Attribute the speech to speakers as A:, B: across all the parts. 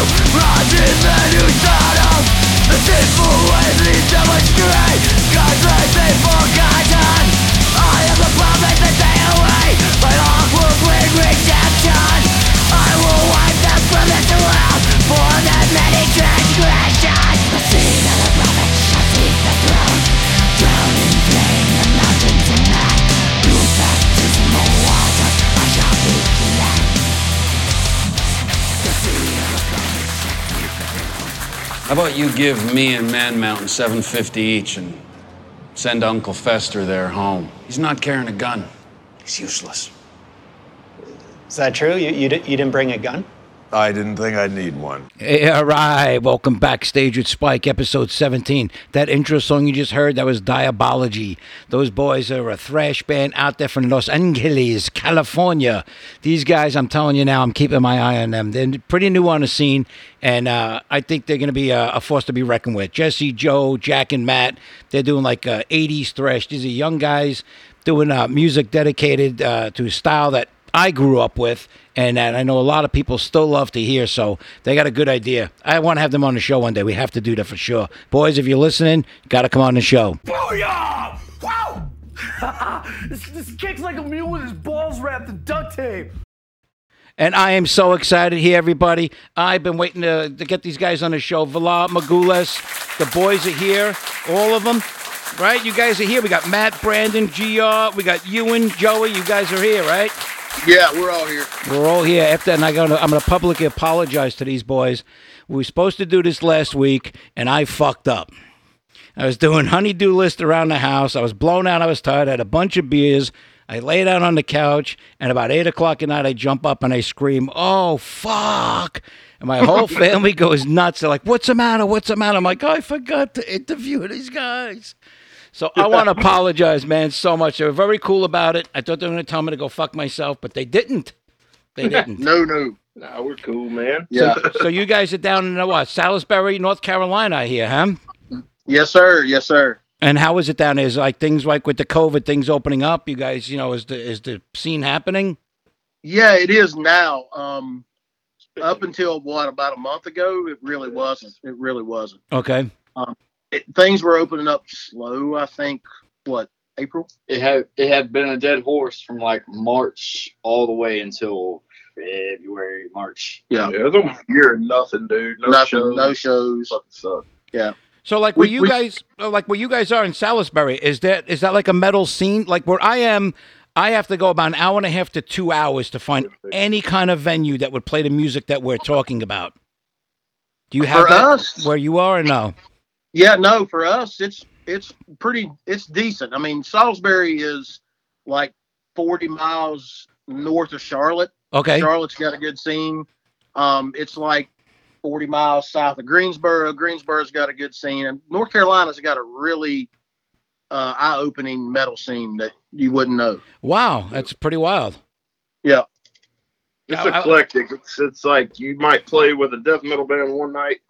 A: Imagine the new thought of The sinful ways lead to much greed God's mercy forgotten I am the prophet that they away My all will bring redemption I will wipe them from this world For their many transgressions The seed of the prophet shall seize the throne Drown in flame the mountains and night New baptismal waters I shall be cleansed
B: How about you give me and Man Mountain 750 each and send Uncle Fester there home? He's not carrying a gun. He's useless.
C: Is that true? You, you, di- you didn't bring a gun?
D: I didn't think I'd need one.
E: Hey, all right, welcome backstage with Spike, episode 17. That intro song you just heard, that was Diabology. Those boys are a thrash band out there from Los Angeles, California. These guys, I'm telling you now, I'm keeping my eye on them. They're pretty new on the scene, and uh, I think they're going to be a, a force to be reckoned with. Jesse, Joe, Jack, and Matt, they're doing like uh, 80s thrash. These are young guys doing uh, music dedicated uh, to a style that I grew up with, and that I know a lot of people still love to hear. So they got a good idea. I want to have them on the show one day. We have to do that for sure, boys. If you're listening, got to come on the show.
F: Booyah! Wow! this, this kicks like a mule with his balls wrapped in duct tape.
E: And I am so excited here, everybody. I've been waiting to, to get these guys on the show. Vila Magules, the boys are here, all of them. Right, you guys are here. We got Matt, Brandon, Gr, we got Ewan, Joey. You guys are here, right?
G: Yeah, we're all here.
E: We're all here. After and I gotta, I'm going to publicly apologize to these boys. We were supposed to do this last week, and I fucked up. I was doing honeydew list around the house. I was blown out. I was tired. I had a bunch of beers. I lay down on the couch, and about eight o'clock at night, I jump up and I scream, "Oh fuck!" And my whole family goes nuts. They're like, "What's the matter? What's the matter?" I'm like, "I forgot to interview these guys." So I want to apologize, man, so much. They were very cool about it. I thought they were going to tell me to go fuck myself, but they didn't. They didn't.
G: No, no.
H: Nah, we're cool, man.
G: Yeah.
E: So you guys are down in uh, what Salisbury, North Carolina, I hear, huh?
G: yes, sir. Yes, sir.
E: And how is it down there? Is like things like with the COVID things opening up? You guys, you know, is the is the scene happening?
G: Yeah, it is now. Um, up until what about a month ago, it really wasn't. It really wasn't.
E: Okay.
G: It, things were opening up slow. I think what April.
I: It had it had been a dead horse from like March all the way until February, March.
G: Yeah.
H: it was almost a year or nothing, dude. No
G: Nothing.
H: shows.
G: No shows.
H: Fucking suck.
E: So like where
G: We-
E: you
G: we-
E: guys uh, like where you guys are in Salisbury, is that is that like a metal scene? Like where I am, I have to go about an hour and a half to two hours to find any kind of venue that would play the music that we're talking about. Do you have
G: For
E: that
G: us?
E: where you are or no?
G: Yeah, no, for us it's it's pretty it's decent. I mean, Salisbury is like 40 miles north of Charlotte.
E: Okay.
G: Charlotte's got a good scene. Um, it's like 40 miles south of Greensboro. Greensboro's got a good scene, and North Carolina's got a really uh, eye-opening metal scene that you wouldn't know.
E: Wow, that's pretty wild.
G: Yeah,
H: It's
E: I- I-
H: eclectic. It's, it's like you might play with a death metal band one night.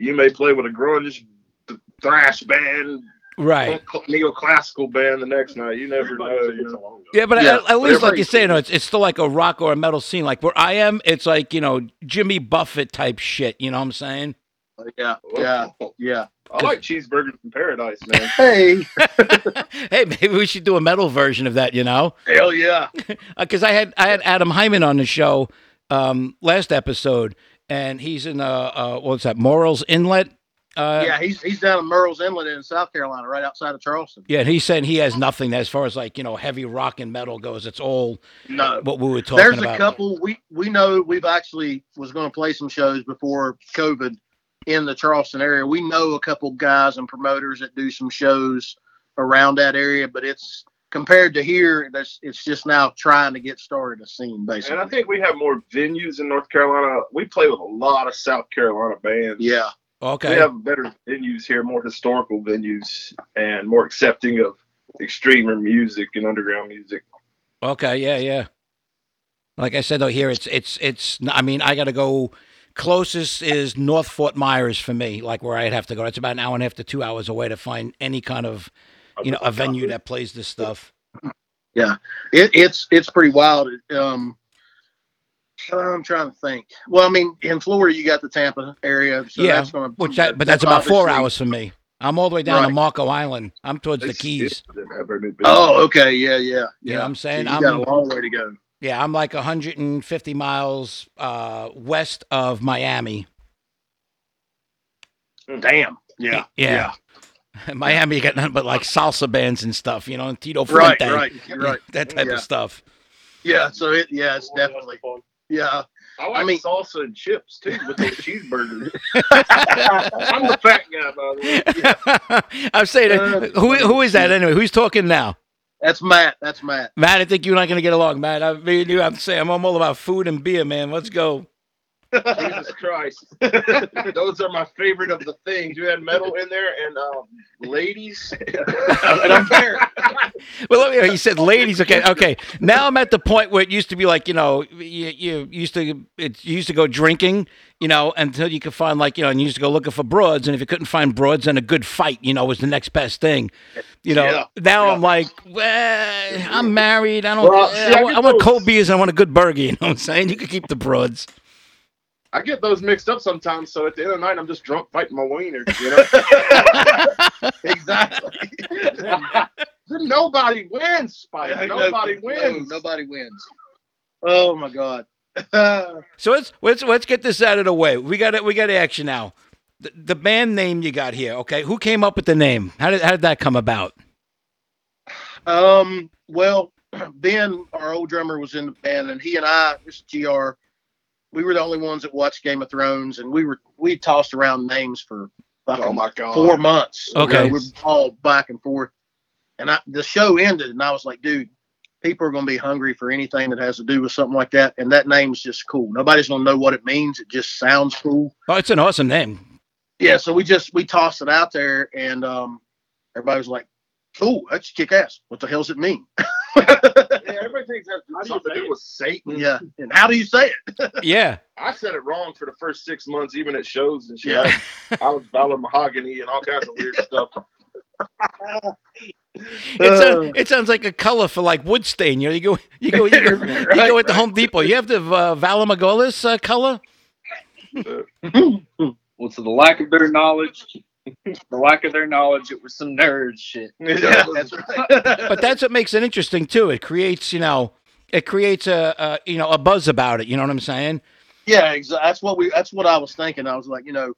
H: You may play with a grunge, th- thrash band,
E: Right.
H: cl- neoclassical band the next night. You never know. You know.
E: Yeah, but
G: Yeah,
E: at, at least, like
H: everybody-
E: you say, no, it's, it's still like a rock or a metal scene. Like where I am, it's like, you know, Jimmy Buffett type shit. You know what I'm saying?
G: yeah, yeah, yeah.
H: I like cheeseburgers from paradise, man.
G: Hey,
E: hey, maybe we should do a metal version of that, you know?
H: Hell yeah.
E: Because I had I had Adam Hyman on the show um, last episode, and he's in, uh, uh, what's that, Morals Inlet? Uh,
G: yeah, he's he's down in Merle's Inlet in South Carolina, right outside of Charleston.
E: Yeah, and he's saying he has nothing as far as like, you know, heavy rock and metal goes. It's all
G: No,
E: what we were talking
G: there's
E: about.
G: a couple we we know we've actually was going to play some shows before covid in the charleston area we know a couple guys and promoters that do some shows around that area but it's compared to here that's it's just now trying to get started a scene basically
H: And I think we have more venues in North Carolina. We play with a lot of South Carolina bands.
G: yeah
E: Okay.
H: We have better venues here, more historical venues, and more accepting of extremer music and underground music.
E: Okay, yeah, yeah. Like I said though, here it's it's it's. I mean, I got to go. Closest is North Fort Myers for me, like where I'd have to go. It's about an hour and a half to two hours away to find any kind of you know a venue that plays this stuff.
G: it, it's it's pretty wild. Um, I'm trying to think. Well, I mean, in Florida, you got the Tampa area, so
E: yeah,
G: that's going to.
E: which that, but that's, about four
G: obviously-
E: hours for me. I'm all the way down to
G: Right.
E: Marco Island. I'm towards the Keys.
G: Oh, okay, yeah, yeah,
E: You
G: yeah.
E: know what I'm saying?
G: So you
E: I'm-
G: got a long way to go.
E: Yeah, I'm like 150 miles uh, west of Miami.
G: Damn. Yeah.
E: Yeah. Miami, you got nothing but like salsa bands and stuff, you know, and Tito
G: Right,
E: Fuente,
G: right, you're right.
E: that type
G: Yeah.
E: of stuff.
G: Yeah. So it, yeah, it's definitely. Yeah.
H: I like
G: mean-
H: salsa and chips too with those cheeseburgers. I'm the fat guy, by the way.
E: I'm saying,
G: Uh,
E: who who is that anyway? Who's talking now?
G: That's Matt. That's Matt.
E: Matt, I think you're not going to get along, Matt. I me and you have to say, I'm I'm all about food and beer, man. Let's go.
H: Jesus Christ. Those are my favorite of the things. You had metal in there and um, ladies. and I'm there.
E: Well, let me, he said, ladies. Okay, okay. Now I'm at the point where it used to be like, you know, you, you used to it you used to go drinking, you know, until you could find like, you know, and you used to go looking for broads, and if you couldn't find broads, then a good fight, you know, was the next best thing. You know.
G: Yeah.
E: Now I'm like, well, I'm married. I don't.
H: Well,
E: eh,
H: see,
E: I,
H: I
E: want,
H: get
E: I want
H: those-
E: cold beers. And I want a good burger. You know what I'm saying? You could keep the broads.
H: I get those mixed up sometimes. So at the end of the night, I'm just drunk fighting my wiener. You know?
G: Exactly.
H: Nobody wins, Spike. Nobody wins.
G: Nobody wins. Oh my God. oh
E: So let's let's let's get this out of the way. We got it. We got action now. The, the band name you got here, okay? Who came up with the name? How did how did that come about?
G: Um, well, Ben, our old drummer, was in the band, and he and I, this is Gr, we were the only ones that watched Game of Thrones, and we were we tossed around names for fucking
H: Oh my god.
G: four months. You
E: Okay.
G: know, we're all back and forth, and I, the show ended, and I was like, dude, people are going to be hungry for anything that has to do with something like that, and that name's just cool. Nobody's going to know what it means. It just sounds cool
E: Oh, it's an awesome name.
G: yeah, so we just we tossed it out there, and um, everybody was like, "Cool, that's kick ass. What the hell does it mean?"
H: Yeah, everything has something to do with Satan.
G: yeah, and how do you say it?
E: Yeah.
H: I said it wrong for the first six months, even at shows and shit.
G: Yeah.
H: I was battling mahogany and all kinds of weird stuff.
E: It, sound- it sounds like a color for like wood stain. You know, you go you go you go, you go at the Home Depot. You have the uh, Valamagolis uh, color.
I: Well, to the lack of their knowledge, the lack of their knowledge, it was some nerd shit.
G: yeah, that's right.
E: but that's what makes it interesting too. It creates you know it creates a, a you know a buzz about it. You know what I'm saying?
G: yeah, exactly. That's what we. That's what I was thinking. I was like, you know,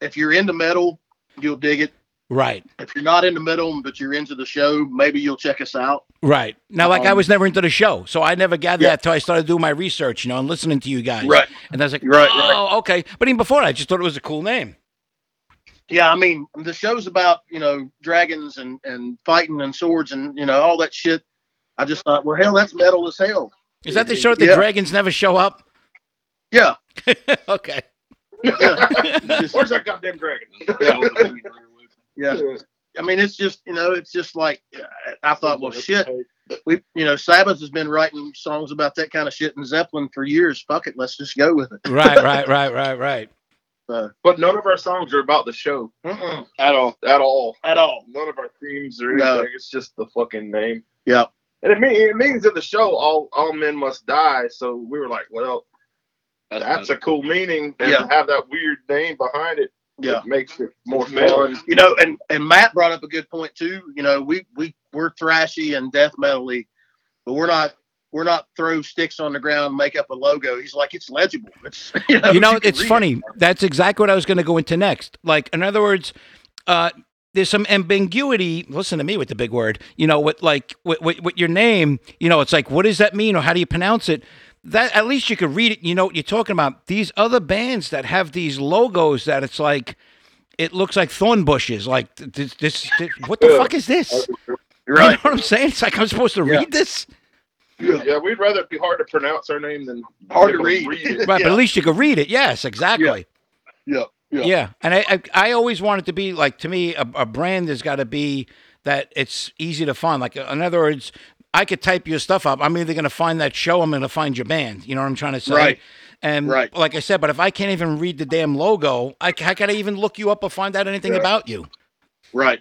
G: if you're into metal, you'll dig it.
E: Right.
G: If you're not into metal, but you're into the show, maybe you'll check us out.
E: Right. Now, like I
G: Um,
E: was never into the show, so I never gathered
G: Yeah.
E: that till I started doing my research, you know, and listening to you guys.
G: Right.
E: And I was like,
G: Right,
E: oh, okay. But even before that, I just thought it was a cool name.
G: Yeah, I mean, the show's about you know dragons and and fighting and swords and you know all that shit. I just thought, well, hell, that's metal as hell.
E: Is that the show that the
G: Uh, Yeah.
E: dragons never show up?
G: Yeah,
E: okay.
G: yeah,
H: Where's that goddamn dragon?
G: yeah. I mean, it's just you know, it's just like I thought. Well, shit, we you know, Sabbath has been writing songs about that kind of shit and Zeppelin for years. Fuck it, let's just go with it.
E: Right, right, right, right, right.
G: So,
H: But none of our songs are about the show
G: mm-mm,
H: at all. At all.
G: at all.
H: None of our themes or anything.
G: No.
H: It's just the fucking name.
G: Yeah,
H: And it, mean, it means in the show, all all men must die. So we were like, well, that's a cool meaning. And
G: Yeah.
H: to have that weird name behind it,
G: yeah.
H: it makes it more fun.
G: You know, and and Matt brought up a good point too. You know, we we we're thrashy and death metally, but we're not. We're not throw sticks on the ground, and make up a logo. He's like, it's legible. It's you know,
E: you know,
G: can
E: it's
G: read it.
E: funny. That's exactly what I was going to go into next. Like, in other words, uh, there's some ambiguity. Listen to me with the big word. You know, with like with, with, with your name. You know, it's like, what does that mean, or how do you pronounce it? That at least you could read it. You know what you're talking about. These other bands that have these logos that it's like, it looks like thorn bushes. Like th- this, this, th- what the fuck is this?
G: You're
E: You know
G: right?
E: what I'm saying? It's like I'm supposed to
G: Yeah.
E: read this,
G: Yeah.
H: Yeah, we'd rather it be hard to pronounce our name than
G: Hard to
H: be able
G: read.
H: it.
E: right? But at least you could read it. Yes, exactly.
G: Yeah, yeah.
E: Yeah, and I, I I always want it to be like to me a, a brand has got to be that it's easy to find. Like in other words, I could type your stuff up. I'm either going to find that show, I'm going to find your band. You know what I'm trying to say?
G: Right.
E: And
G: Right.
E: like I said, but if I can't even read the damn logo, I, c- how can I even look you up or find out anything about you?
G: Right.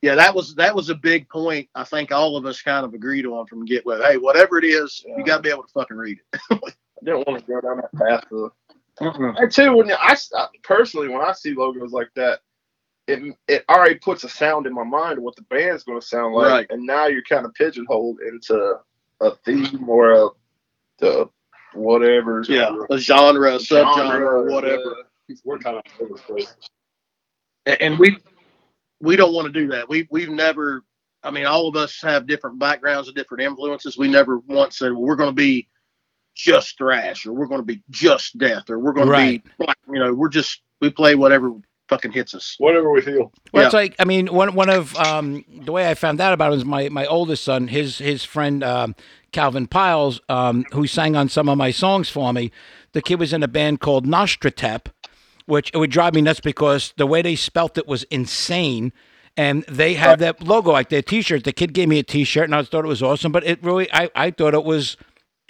G: Yeah, that was that was a big point. I think all of us kind of agreed on from Get Well. Hey, whatever it is, you got to be able to fucking read it.
H: I didn't want to go down that path. Of, I too, when I I- personally, when I see logos like that, it it already puts a sound in my mind of what the band's going to sound like,
I: Right.
H: and now you're kind of pigeonholed into a theme or a the whatever.
G: Yeah, a genre, a subgenre,
H: Genre,
G: whatever.
H: uh, We're kind of all over the place.
G: A- and we we don't want to do that. We we've never. I mean, all of us have different backgrounds and different influences. We never once said well, we're going to be just thrash or we're going to be just death or we're going
E: Right.
G: to be black. You know, we're just we play whatever fucking hits us.
H: whatever we feel.
E: Well, it's
G: Yeah.
E: like I mean, one one of um, the way I found out about it was my my oldest son, his his friend um, Calvin Piles, um, who sang on some of my songs for me. The kid was in a band called Nostratep, which it would drive me nuts because the way they spelt it was insane. And they had that logo, like their T-shirt. The kid gave me a T-shirt, and I thought it was awesome. But it really, I, I thought it was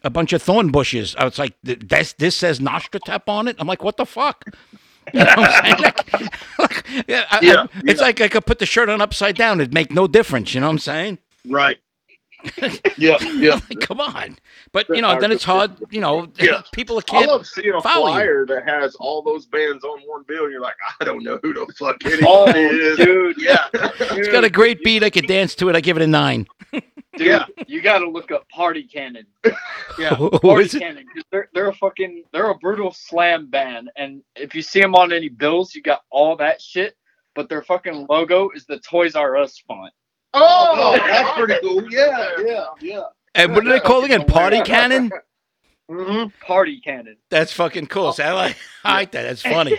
E: a bunch of thorn bushes. I was like, "Th- this this says Nostratep on it. I'm like, what the fuck? You know what I'm saying? Like- like, yeah, I- I-
G: Yeah,
E: It's like I could put the shirt on upside down. It'd make no difference. You know what I'm saying?
G: Right. yeah. Yeah.
E: Like, come on. But, you know, then it's hard. You know,
G: Yeah.
E: people
H: I
E: can't.
H: love seeing a
E: follow you.
H: flyer that has all those bands on one bill. And you're like, I don't know who the fuck it is.
I: Oh,
H: dude, yeah,
E: It's got a great beat. I could dance to it. I give it a nine.
I: Dude,
G: Yeah.
I: you got to look up Party Cannon.
G: Yeah.
E: Who
I: Party
E: is it?
I: Cannon. 'cause They're, they're a fucking they're a brutal slam band, and if you see them on any bills, you got all that shit. But their fucking logo is the Toys R Us font.
H: Oh, that's pretty cool. Yeah, yeah, yeah.
E: And what do they call it again? Party cannon?
G: hmm
I: Party Cannon.
E: That's fucking cool. So I like, I like that. That's funny.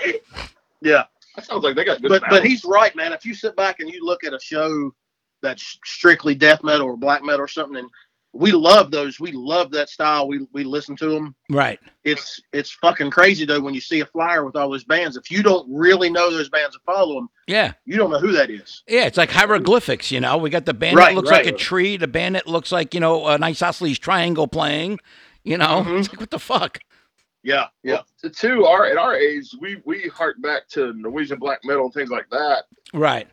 G: Yeah.
H: That sounds like they got good.
G: But but
H: balance.
G: he's right, man. If you sit back and you look at a show that's strictly death metal or black metal or something, and we love those. We love that style. We we listen to them.
E: Right.
G: it's it's fucking crazy though when you see a flyer with all those bands. If you don't really know those bands and follow them,
E: Yeah.
G: you don't know who that is.
E: Yeah, it's like hieroglyphics, you know. We got the band that
G: Right,
E: looks
G: right.
E: like a tree, the band that looks like, you know, an isosceles triangle playing, you know.
G: Mm-hmm.
E: It's like, what the fuck?
G: Yeah, yeah,
H: yeah. To, to our at our age, we we hark back to Norwegian black metal and things like that,
E: Right.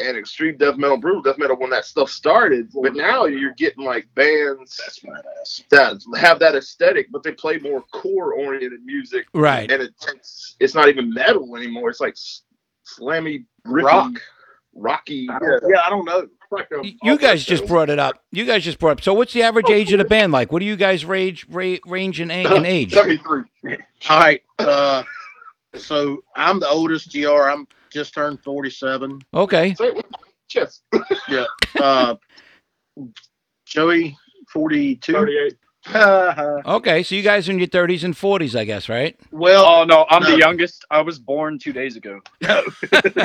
H: and extreme death metal, brutal death metal when that stuff started. But now you're getting like bands that have that aesthetic, but they play more core oriented music.
E: Right.
H: and it takes it's not even metal anymore. It's like s- slammy riffy,
G: Rock.
H: rocky.
G: I don't- yeah. I don't know.
E: Y- You guys just brought it up. You guys just brought up. So what's the average
G: Oh,
E: age of the band like? What do you guys range ra- range in,
G: Uh-huh.
E: a- in age?
H: seventy three.
G: All right, uh, so I'm the oldest GR. I'm just turned 47.
E: Okay.
H: Chess
G: Uh, Joey 42.
H: thirty eight.
E: Okay. So you guys are in your 30s and 40s, I guess, right?
G: well,
I: Oh no, I'm
G: No.
I: the youngest. I was born two days ago.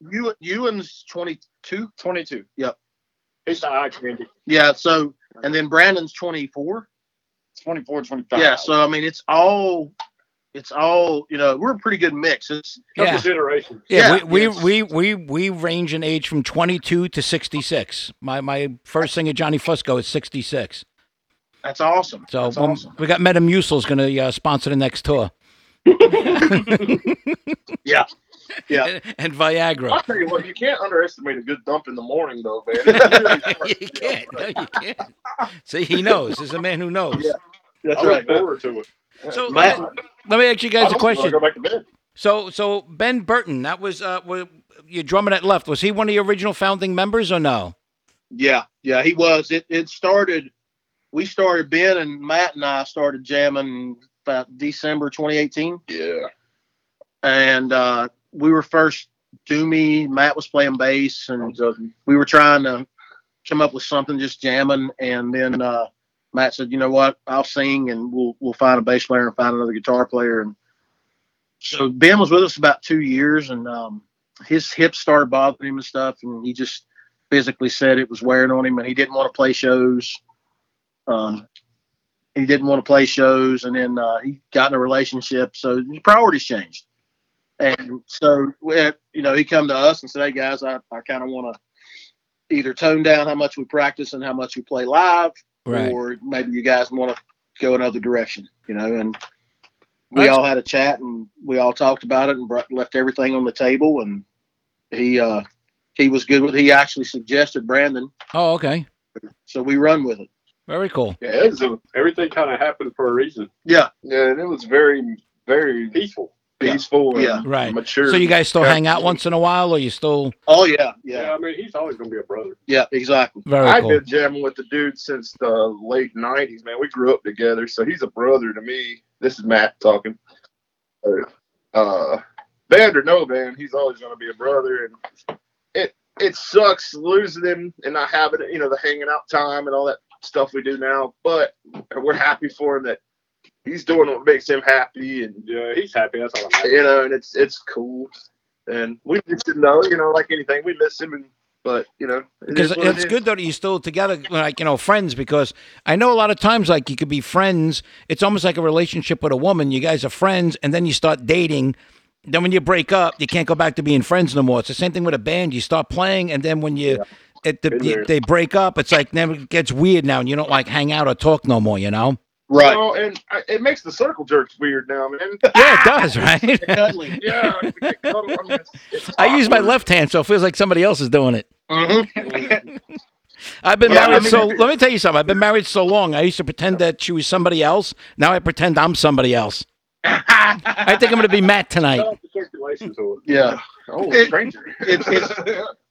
G: you Ewan's 22.
I: 22.
H: It's not eye candy.
G: Yeah. So and then Brandon's 24.
I: 24, 25.
G: Yeah, so I mean, it's all, it's all you know. We're a pretty good mix. It's
E: Yeah.
H: Consideration.
E: Yeah,
G: Yeah,
E: we,
G: it's-
E: we, we, we, we range in age from 22 to 66. My my first singer, Johnny Fusco, is 66.
G: that's awesome.
E: So
G: that's
E: um,
G: awesome.
E: we got Metamucil's going to uh, sponsor the next tour.
G: Yeah. Yeah.
E: And, and Viagra.
H: I'll tell you what, you can't underestimate a good dump in the morning, though, man.
E: you can't. No, you can't. See, he knows. There's a man who knows.
H: That's
G: right.
H: forward to it.
E: So let
G: Matt-
E: me, let me ask you guys a
H: I'm gonna
E: question.
H: Go back to bed.
E: So, so Ben Burton, that was uh, wa- your drummer that left. Was he one of the original founding members or no?
G: Yeah, yeah, he was. It it started. We started Ben and Matt and I started jamming about December 2018,
H: Yeah.
G: and uh, we were first doomy. Matt was playing bass, and we were trying to come up with something, just jamming. And then uh, Matt said, "You know what? I'll sing, and we'll we'll find a bass player and find another guitar player." And so Ben was with us about two years, and um, his hips started bothering him and stuff, and he just physically said it was wearing on him, and he didn't want to play shows. Um, he didn't want to play shows, and then uh, he got in a relationship, so his priorities changed. And so, we had- you know, he come to us and said, "Hey guys, I, I kind of want to either tone down how much we practice and how much we play live, or maybe you guys want to go another direction, you know. And we
E: That's-
G: all had a chat and we all talked about it and brought, left everything on the table. And he uh, he was good with. He actually suggested Brandon,
E: Oh, okay.
G: so we run with it.
E: Very cool.
J: Yeah, it was a, everything kind of happened for a reason.
G: Yeah.
J: Yeah, and it was very, very peaceful. Peaceful. Yeah. And
E: Right.
J: Mature.
E: So you guys still hang out once in a while, or you still?
G: Oh yeah,
J: yeah. I mean, he's always gonna be a brother.
G: Yeah, exactly.
E: Very
H: I've
E: cool.
H: been jamming with the dude since the late '90s, man. We grew up together, so he's a brother to me. This is Matt talking. Uh, band or no band, he's always going to be a brother, and it it sucks losing him and not having you know the hanging out time and all that stuff we do now. But we're happy for him that he's doing what makes him happy, and
J: yeah, he's happy. That's all I'm
H: you know, and it's it's cool. And we miss him though, you know, like anything, we miss him, and, but you know, it
E: Because
H: is what it
E: it's
H: is.
E: good though that you're still together, like you know, friends. Because I know a lot of times, like you could be friends. It's almost like a relationship with a woman. You guys are friends, and then you start dating. Then when you break up, you can't go back to being friends no more. It's the same thing with a band. You start playing, and then when you, at the,
J: Been
E: you-
J: there.
E: they break up, it's like then it gets weird now, and you don't like hang out or talk no more. You know?
H: Right. Well, and I, it makes the circle jerks weird now, man.
E: Yeah, it does, right?
H: Cuddling. Yeah. I mean, it's- it's
E: I use my
H: awkward.
E: left hand, so it feels like somebody else is doing it. I've been
H: Yeah, I
E: married
H: mean-
E: so. Let me tell you something. I've been married so long. I used to pretend that she was somebody else. Now I pretend I'm somebody else. I think I'm going to be Matt tonight.
J: Congratulations on it.
G: Yeah.
J: Oh,
G: It-
J: stranger.
G: it's, it's,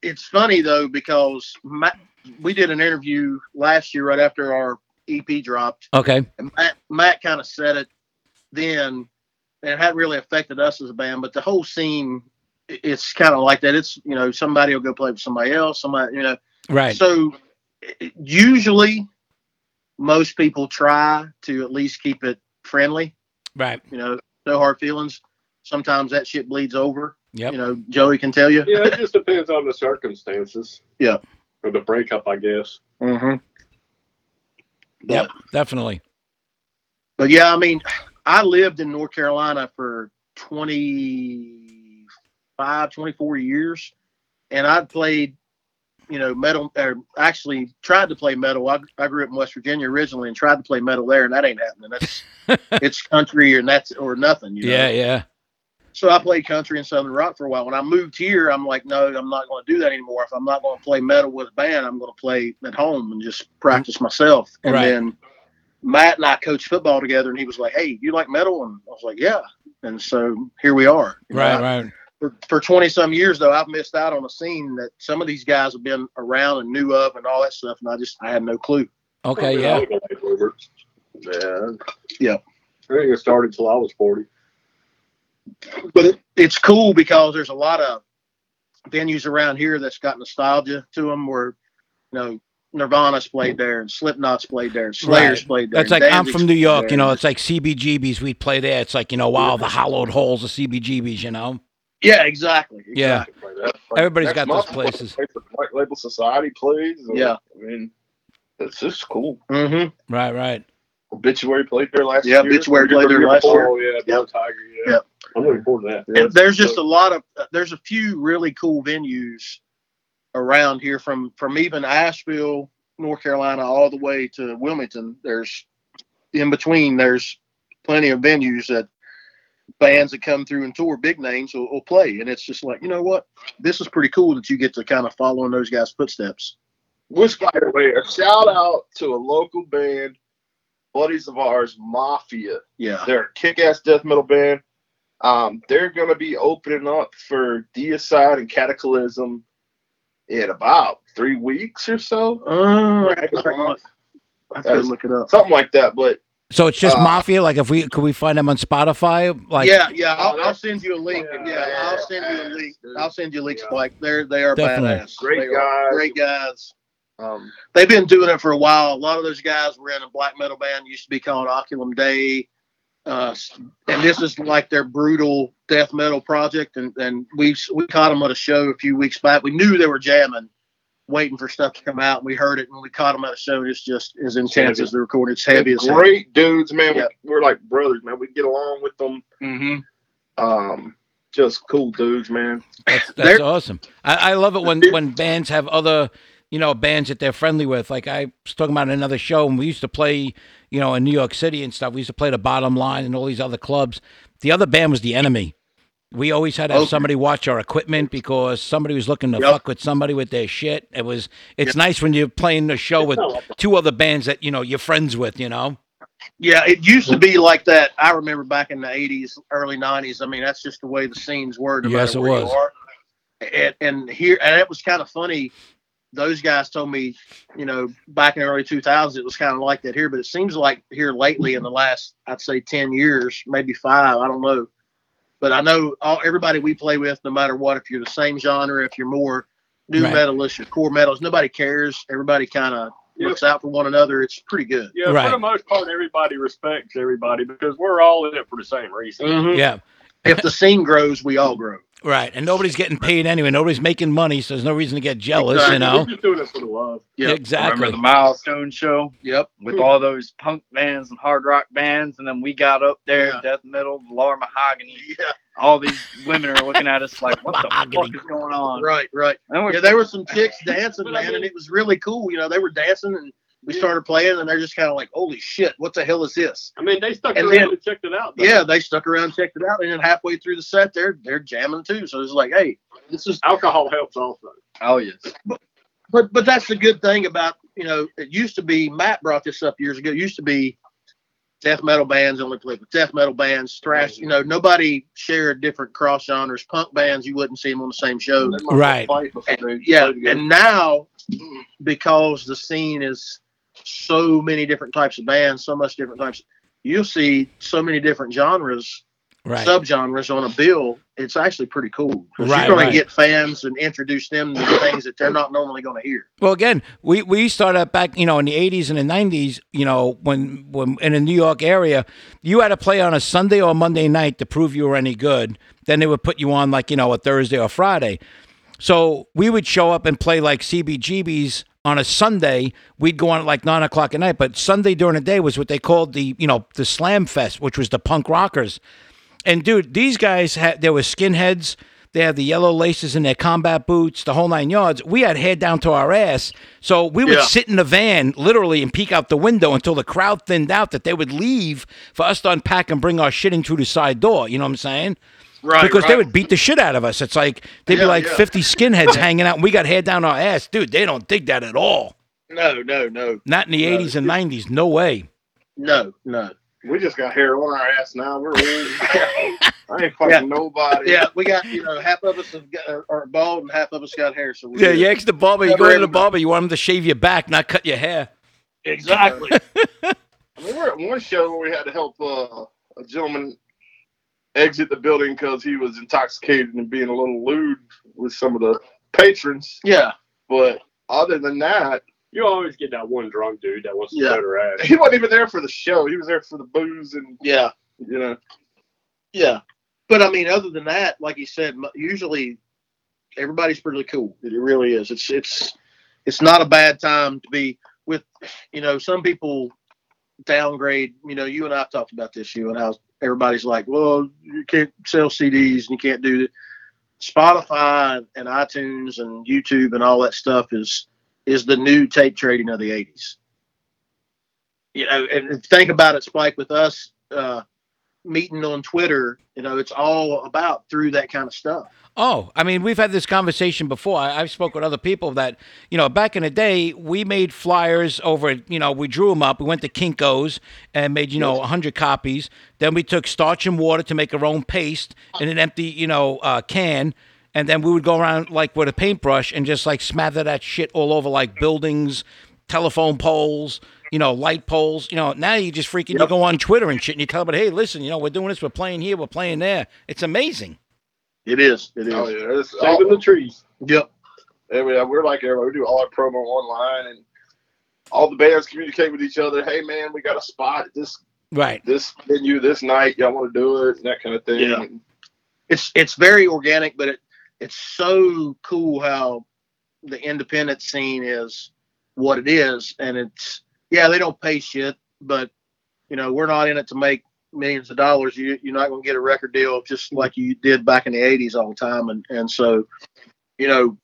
G: it's funny though because Matt, we did an interview last year right after our EP dropped,
E: Okay.
G: and Matt, Matt kind of said it then, and it hadn't really affected us as a band, but the whole scene, i- it's kind of like that. It's you know somebody will go play with somebody else, somebody you know.
E: Right.
G: So i- i- usually, most people try to at least keep it friendly
E: Right.
G: you know, no hard feelings. Sometimes that shit bleeds over.
E: Yep.
G: You know, Joey can tell you.
J: yeah, it just depends on the circumstances.
G: Yeah.
J: Or the breakup, I guess.
G: Mm-hmm.
E: Yep. Definitely.
G: But yeah, I mean, I lived in North Carolina for 25, 24 years, and I played, you know, metal, or actually tried to play metal. I, I grew up in West Virginia originally and tried to play metal there, and that ain't happening. That's it's country and that's or nothing. You know?
E: Yeah. Yeah.
G: So I played country and southern rock for a while. When I moved here, I'm like, no, I'm not going to do that anymore. If I'm not going to play metal with a band, I'm going to play at home and just practice myself. And
E: Right.
G: then Matt and I coached football together, and he was like, "Hey, you like metal?" And I was like, "Yeah." And so here we are. You know, I-
E: Right. Right.
G: For, for 20 some years though, I've missed out on a scene that some of these guys have been around and knew of and all that stuff, and I just I had no clue.
E: Okay. Yeah.
J: Yeah.
G: Yeah.
J: I think it started till I was 40.
G: but it, it's cool because there's a lot of venues around here that's got nostalgia to them where you know nirvana's played there and slipknot's played there and slayer's
E: Right.
G: played there
E: That's like I'm
G: Danzig's
E: from New
G: played
E: York.
G: there.
E: You know, it's like CBGBs. We play there. It's like you know, wow, the hollowed holes of CBGBs. You know.
G: yeah exactly,
E: Yeah.
G: exactly.
J: Like that.
E: Everybody's
J: Next
E: got
J: month,
E: those places.
J: White Label Society plays. or-
G: Yeah.
J: I mean, it's just cool.
G: mm-hmm.
E: Right. Right.
J: Obituary played there last
G: Yeah,
J: year.
G: Obituary played there last year.
J: Oh, yeah, Blue
G: Yep.
J: Tiger. Yeah.
G: Yep.
J: I'm looking forward to that.
G: And there's just a lot of uh, there's a few really cool venues around here from from even asheville north carolina all the way to wilmington there's in between there's plenty of venues that bands that come through and tour big names will, will play and it's just like you know what this is pretty cool that you get to kind of follow in those guys footsteps
H: Which, by the way, a shout out to a local band, buddies of ours, Mafia.
G: yeah
H: They're a kick-ass death metal band. Um, they're gonna be opening up for Deicide and Cataclysm in about three weeks or so,
G: uh, i could look it up
H: something like that. But
E: So it's just
H: Uh,
E: mafia. Like, if we could we find them on Spotify? Like,
G: yeah yeah I'll, I'll send you a link yeah, i'll send you a link i'll send you links Mike. they're they are
E: Definitely.
G: badass
H: great
G: They are
H: guys.
G: great guys
H: Um,
G: they've been doing it for a while. A lot of those guys were in a black metal band used to be called Oculum Day, uh, and this is like their brutal death metal project. And and we we caught them at a show a few weeks back. We knew they were jamming, waiting for stuff to come out. And we heard it when we caught them at a show. and It's just as intense as the recording. It's heavy as hell.
H: great dudes, man.
G: Yeah.
H: We, we're like brothers, man. We get along with them.
G: Mm-hmm.
H: Um, just cool dudes, man.
E: That's, that's
G: They're-
E: awesome. I, I love it when when bands have other you know bands that they're friendly with. Like I was talking about in another show, and we used to play you know in New York City and stuff. We used to play the Bottom Line and all these other clubs. The other band was the Enemy. We always had to have somebody watch our equipment because somebody was looking to fuck with somebody with their shit. It was it's nice when you're playing a show with two other bands that you know you're friends with. You know.
G: Yeah, it used to be like that. I remember back in the '80s, early '90s. I mean, that's just the way the scenes were. No
E: Yes,
G: matter
E: it
G: where
E: was.
G: You are. And, and here, and it was kind of funny. Those guys told me, you know, back in the early 2000s, it was kind of like that here. But it seems like here lately, in the last, I'd say, 10 years, maybe five, I don't know. But I know all everybody we play with, no matter what, if you're the same genre, if you're more new
E: Right.
G: metalist, you're core metalist, nobody cares. Everybody kind of looks out for one another. It's pretty good.
J: Yeah, for the most part, everybody respects everybody because we're all in it for the same reason.
I: Mm.
E: Yeah.
G: If the scene grows, we all grow.
E: Right, and nobody's getting paid anyway. Nobody's making money, so there's no reason to get jealous. You know.
I: just doing this for the love.
E: Yep. Exactly.
I: Remember the milestone show?
G: Yep.
I: With all those punk bands and hard rock bands, and then we got up there, death metal, Laura Mahogany.
G: Yeah.
I: All these women are looking at us like, "What the fuck is going on?"
G: Right, right.
I: And we're-
G: yeah, there were some chicks dancing,
I: But I
G: man, and
I: mean-
G: it was really cool. You know, they were dancing, and we started playing, and they're just kind of like, "Holy shit, what the hell is this?"
J: I mean, they stuck
G: And
J: around
G: then-
J: and checked it out. though.
G: Yeah, they stuck around, checked it out, and then halfway through the set, they're they're jamming too. So it's like, hey, this is
J: alcohol helps also.
I: Oh yes.
G: But but that's the good thing about you know it used to be Matt brought this up years ago. It used to be death metal bands only played with death metal bands, thrash. You know nobody shared different cross genres. Punk bands you wouldn't see them on the same show.
E: Right.
G: And- yeah, and now because the scene is so many different types of bands, so much different types, you'll see so many different genres,
E: Right.
G: subgenres on a bill. It's actually pretty cool. 'Cause
E: Right,
G: you're going
E: right.
G: to get fans and introduce them to things that they're not normally going to hear.
E: Well, again, we, we started back, you know, in the '80s and the '90s. You know, when when in the New York area, you had to play on a Sunday or Monday night to prove you were any good. Then they would put you on like you know a Thursday or Friday. So we would show up and play like CBGBs on a Sunday. We'd go on at like nine o'clock at night, but Sunday during the day was what they called the you know the Slam Fest, which was the punk rockers. And dude, these guys had there were skinheads. They had the yellow laces in their combat boots, the whole nine yards. We had hair down to our ass, so we would
K: Yeah.
E: sit in the van literally and peek out the window until the crowd thinned out. That they would leave for us to unpack and bring our shit into the side door. You know what I'm saying?
K: Right,
E: Because they
K: right.
E: would beat the shit out of us. It's like they'd be
K: Yeah,
E: like
K: yeah.
E: 50 skinheads hanging out, and we got hair down our ass, dude. They don't dig that at all.
G: No, no, no.
E: Not in the 80s and 90s. No way.
G: No, no.
H: We just got hair on our ass now. We're weird. I ain't fucking nobody.
G: Yeah, we got you know half of us have got, are- are bald and half of us got hair. So we're
E: Yeah,
G: good.
E: yanks the barber. You go to the barber. You want him to shave your back, not cut your hair.
G: Exactly.
H: I mean, we were at one show where we had to help uh, a gentleman exit the building because he was intoxicated and being a little lewd with some of the patrons.
G: Yeah.
H: But other than that,
J: You always get that one drunk dude that wants to
H: Yeah.
J: cut her ass.
H: he wasn't even there for the show. He was there for the booze and
G: yeah,
H: you know.
G: Yeah, but I mean, other than that, like you said, m- usually everybody's pretty cool. It really is. It's it's it's not a bad time to be with. You know, some people downgrade. You know, you and I have talked about this. You and how everybody's like, well, you can't sell CDs and you can't do that. Spotify and iTunes and YouTube and all that stuff is is the new tape trading of the '80s. You know, and and think about it, Spike, with us. Uh, meeting on Twitter, you know, it's all about through that kind of stuff.
E: Oh, I mean, we've had this conversation before. I, I've spoke with other people that, you know, back in the day, we made flyers over, you know, we drew them up. We went to Kinko's and made, you know, 100 copies. Then we took starch and water to make our own paste in an empty, you know, uh, can. And then we would go around like with a paintbrush and just like smather that shit all over like buildings, telephone poles, you know, light poles. You know, now you just freaking, you go on Twitter and shit and you tell them, hey, listen, you know, we're doing this, we're playing here, we're playing there. It's amazing.
G: It is. It is.
H: Oh yeah, it's all,
J: Saving the trees.
G: Yep.
H: I mean, we're like everybody. We do all our promo online, and all the bands communicate with each other. Hey, man, we got a spot at this
E: Right.
H: this venue this night. Y'all want to do it and that kind of thing.
G: Yeah. It's it's very organic, but it it's so cool how the independent scene is what it is, and it's yeah they don't pay shit, but you know we're not in it to make millions of dollars. You you're not going to get a record deal just like you did back in the '80s all the time, and and so you know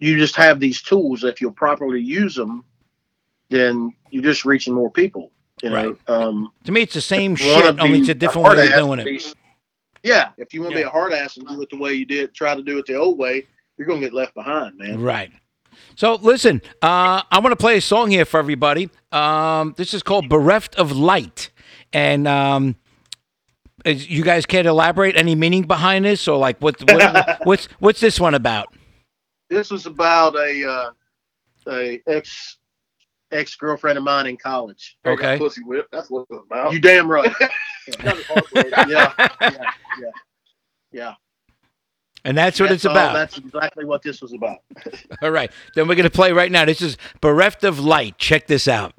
G: you just have these tools if you'll properly use them, then you're just reaching more people. You know. Um,
E: To me, it's the same
G: One of
E: shit, only
G: the
E: it's a different way of
G: hard
E: doing it.
G: aspects- Yeah, if you want to be a hard ass and do it the way you did, try to do it the old way, you're gonna get left behind, man.
E: Right. So listen, uh, I want to play a song here for everybody. Um, this is called "Bereft of Light," and um, is, you guys can't elaborate any meaning behind this, or like what, what what's what's this one about?
G: This was about a uh, a ex ex girlfriend of mine in college.
E: There you go, Okay.
G: pussy whip. That's what it's about. You damn right. yeah, yeah, yeah, yeah.
E: And that's what it's
G: all-
E: about.
G: uh, That's exactly what this was about.
E: All right, then we're gonna play right now. This is "Bereft of Light." Check this out.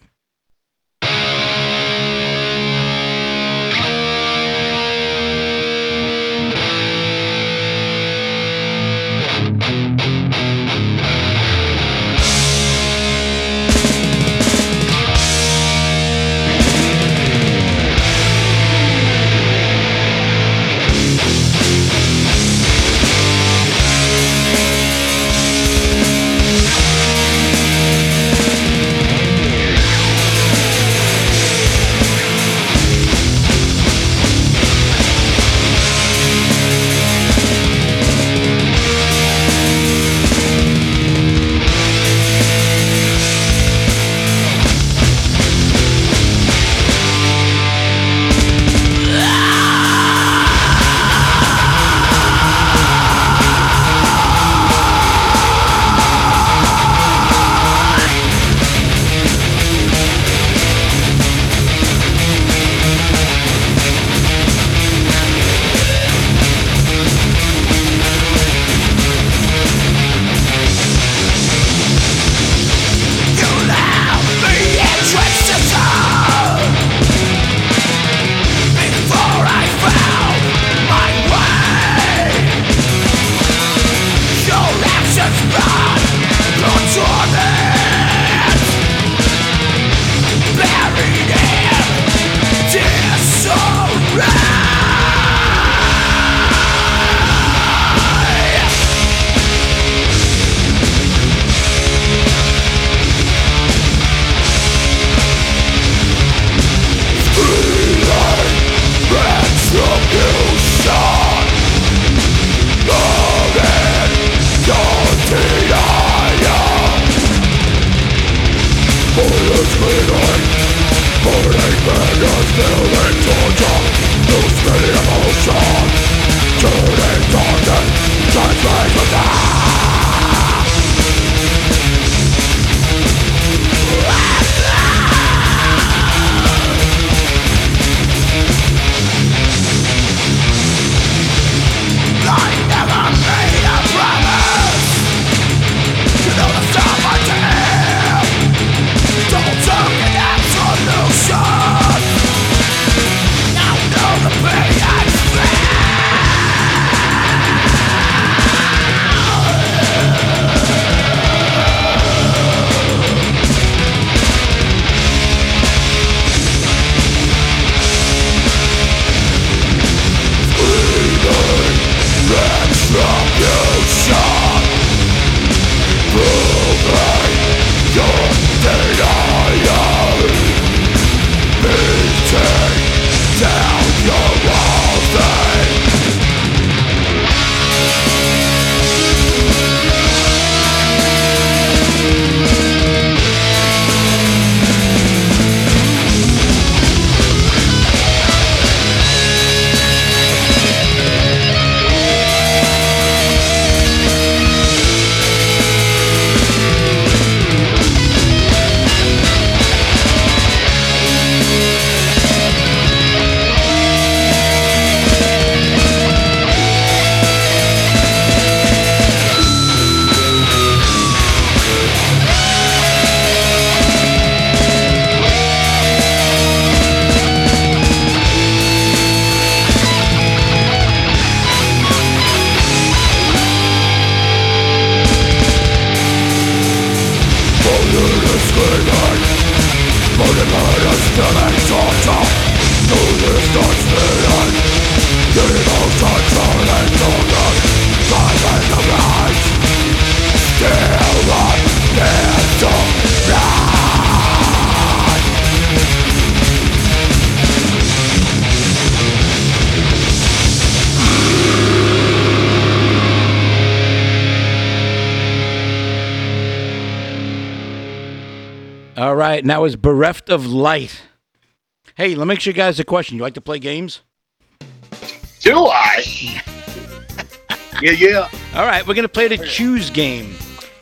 A: Burn
E: All right, and that was bereft of light. Hey, let me ask you guys a question. You like to play games?
H: Do I?
G: yeah, yeah.
E: All right, we're gonna play the choose game.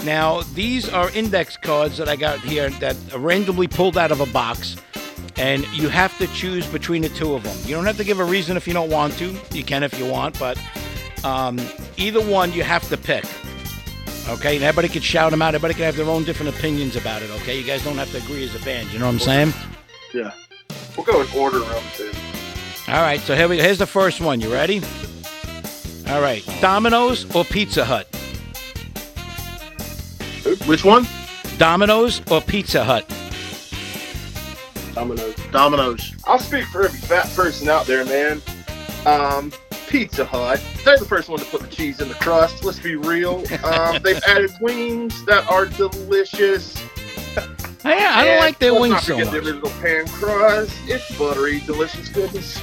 E: Now, these are index cards that I got here that are randomly pulled out of a box, and you have to choose between the two of them. You don't have to give a reason if you don't want to. You can if you want, but um, either one you have to pick. Okay, and everybody can shout them out. Everybody can have their own different opinions about it. Okay, you guys don't have to agree as a band. You know what I'm saying?
H: Yeah. We'll go in order round two.
E: All right, so here we here's the first one. You ready? All right, Domino's or Pizza Hut?
G: Which one?
E: Domino's or Pizza Hut?
H: Domino's.
G: Domino's.
H: I'll speak for every fat person out there, man. Um, Pizza Hut. They're the first one to put the cheese in the crust. Let's be real. Um, they've added wings that are delicious.
E: Yeah, I don't
H: And
E: like their
H: let's
E: wings
H: not
E: so
H: forget
E: much.
H: The original pan crust. It's buttery, delicious goodness.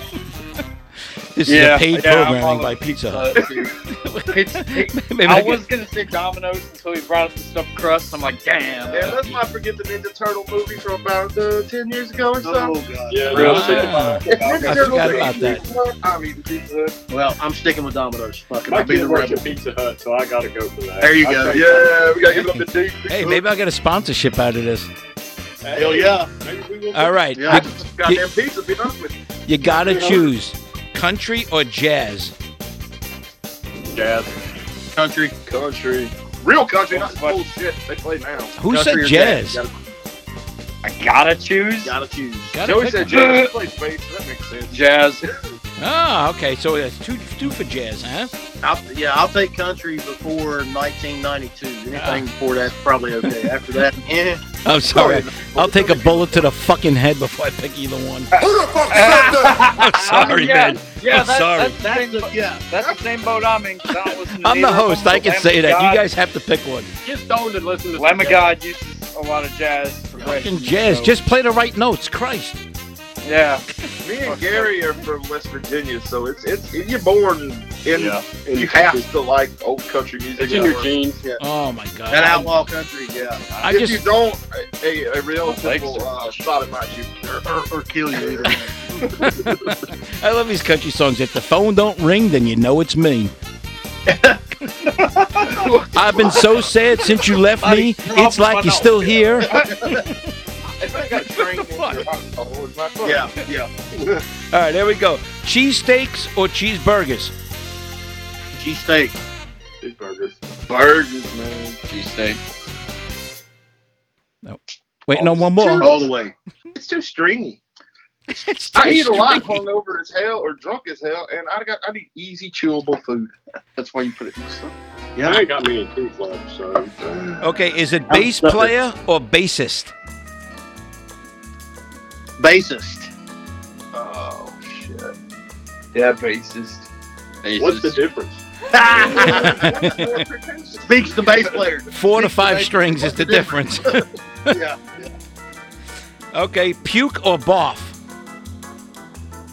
E: This
I: Yeah,
E: is a paid
I: yeah, I'm
E: programming
I: following
E: by Pizza Hut. Maybe I
I: uh, I
E: get-
I: was gonna say Domino's until he brought up the stuffed crust. I'm like, damn.
H: And let's not forget the Ninja Turtle movie from about uh, 10 years ago or so.
G: Oh, God.
J: Yeah,
E: Real
J: that's
E: shit.
J: it.
H: If Ninja
E: I
H: Turtles
E: forgot
H: are
E: about
H: eating
E: that.
H: Pizza Hut, I'm eating Pizza Hut.
G: Well, I'm sticking with Domino's. Fucking, I'll
J: My
G: be the
J: kid works
G: rebel.
J: at Pizza Hut, so I gotta go for that.
G: There you
H: I
G: go.
H: say, Yeah, we gotta give it up to Duke.
E: Hey, maybe I'll get a sponsorship out of this.
G: Hell yeah.
J: Maybe we will.
E: All right,
G: Yeah.
E: you,
H: Goddamn pizza, be honest with you.
E: you gotta choose country or jazz.
J: Jazz.
G: Country.
J: Country.
H: Real country, not this bullshit they play now.
E: Who
G: Country or
E: said jazz?
G: Gotta,
I: I gotta choose
G: gotta choose.
E: Gotta
H: Joey
E: pick
H: said
E: one.
H: Jazz plays bass, so that makes sense.
I: jazz.
E: Ah, okay, so it's two, two for jazz, huh?
G: I'll, yeah, I'll take country before 1992. Anything before that's probably okay. After that, eh.
E: I'm sorry. I'll take a bullet to the fucking head before I pick either one.
D: Who the fuck said that?
E: I'm
I: I
E: sorry,
I: mean, yeah,
E: man.
I: Yeah,
E: I'm
I: that-
E: sorry.
I: That's, that's, the, same-
G: yeah.
I: that's the same boat I'm in. 'cause I don't listen to
E: I'm
I: neither
E: the
I: of them,
E: host. I
I: but
E: can
I: Lamb
E: say
I: of
E: that.
I: God-
E: You guys have to pick one.
J: Get stoned and listen to
I: Lamb of
J: some
I: God uses a lot of jazz. progression,
E: Fucking jazz.
I: so-
E: Just play the right notes. Christ.
I: yeah.
H: Me and Gary are from West Virginia, so it's it's you're born in
J: Yeah.
H: you have to like old country music.
J: It's in your genes.
E: Oh my god.
G: that outlaw country, yeah,
E: I
H: if
E: just
H: you don't, a, a real
I: Like
H: simple
I: so.
H: uh, shot at my you.
G: or, or kill you. Either. way.
E: I love these country songs. If the phone don't ring, then you know it's me. I've been so sad since you left me. It's like you're still here. All
H: If I got trained in
E: fuck?
H: your alcohol, it's my fault.
G: yeah, yeah.
E: right, there we go. Cheesesteaks or cheeseburgers?
G: Cheese steak.
J: big burgers.
H: Burgers, man.
I: Cheesesteak.
E: Wait, no, one more.
G: All the way.
H: It's too stringy.
E: It's
H: I eat a lot
E: tasty.
H: hungover as hell or drunk as hell, and I got I need easy chewable food. That's why you put it. in stuff.
J: I ain't got many teeth left, so
E: Okay, is it bass
G: stuck.
E: player or bassist?
G: Bassist.
H: Oh shit. Yeah, racist.
J: what's the difference?
G: Speaks the bass player.
E: Four to five strings is the difference.
H: Yeah.
E: Okay, puke or barf?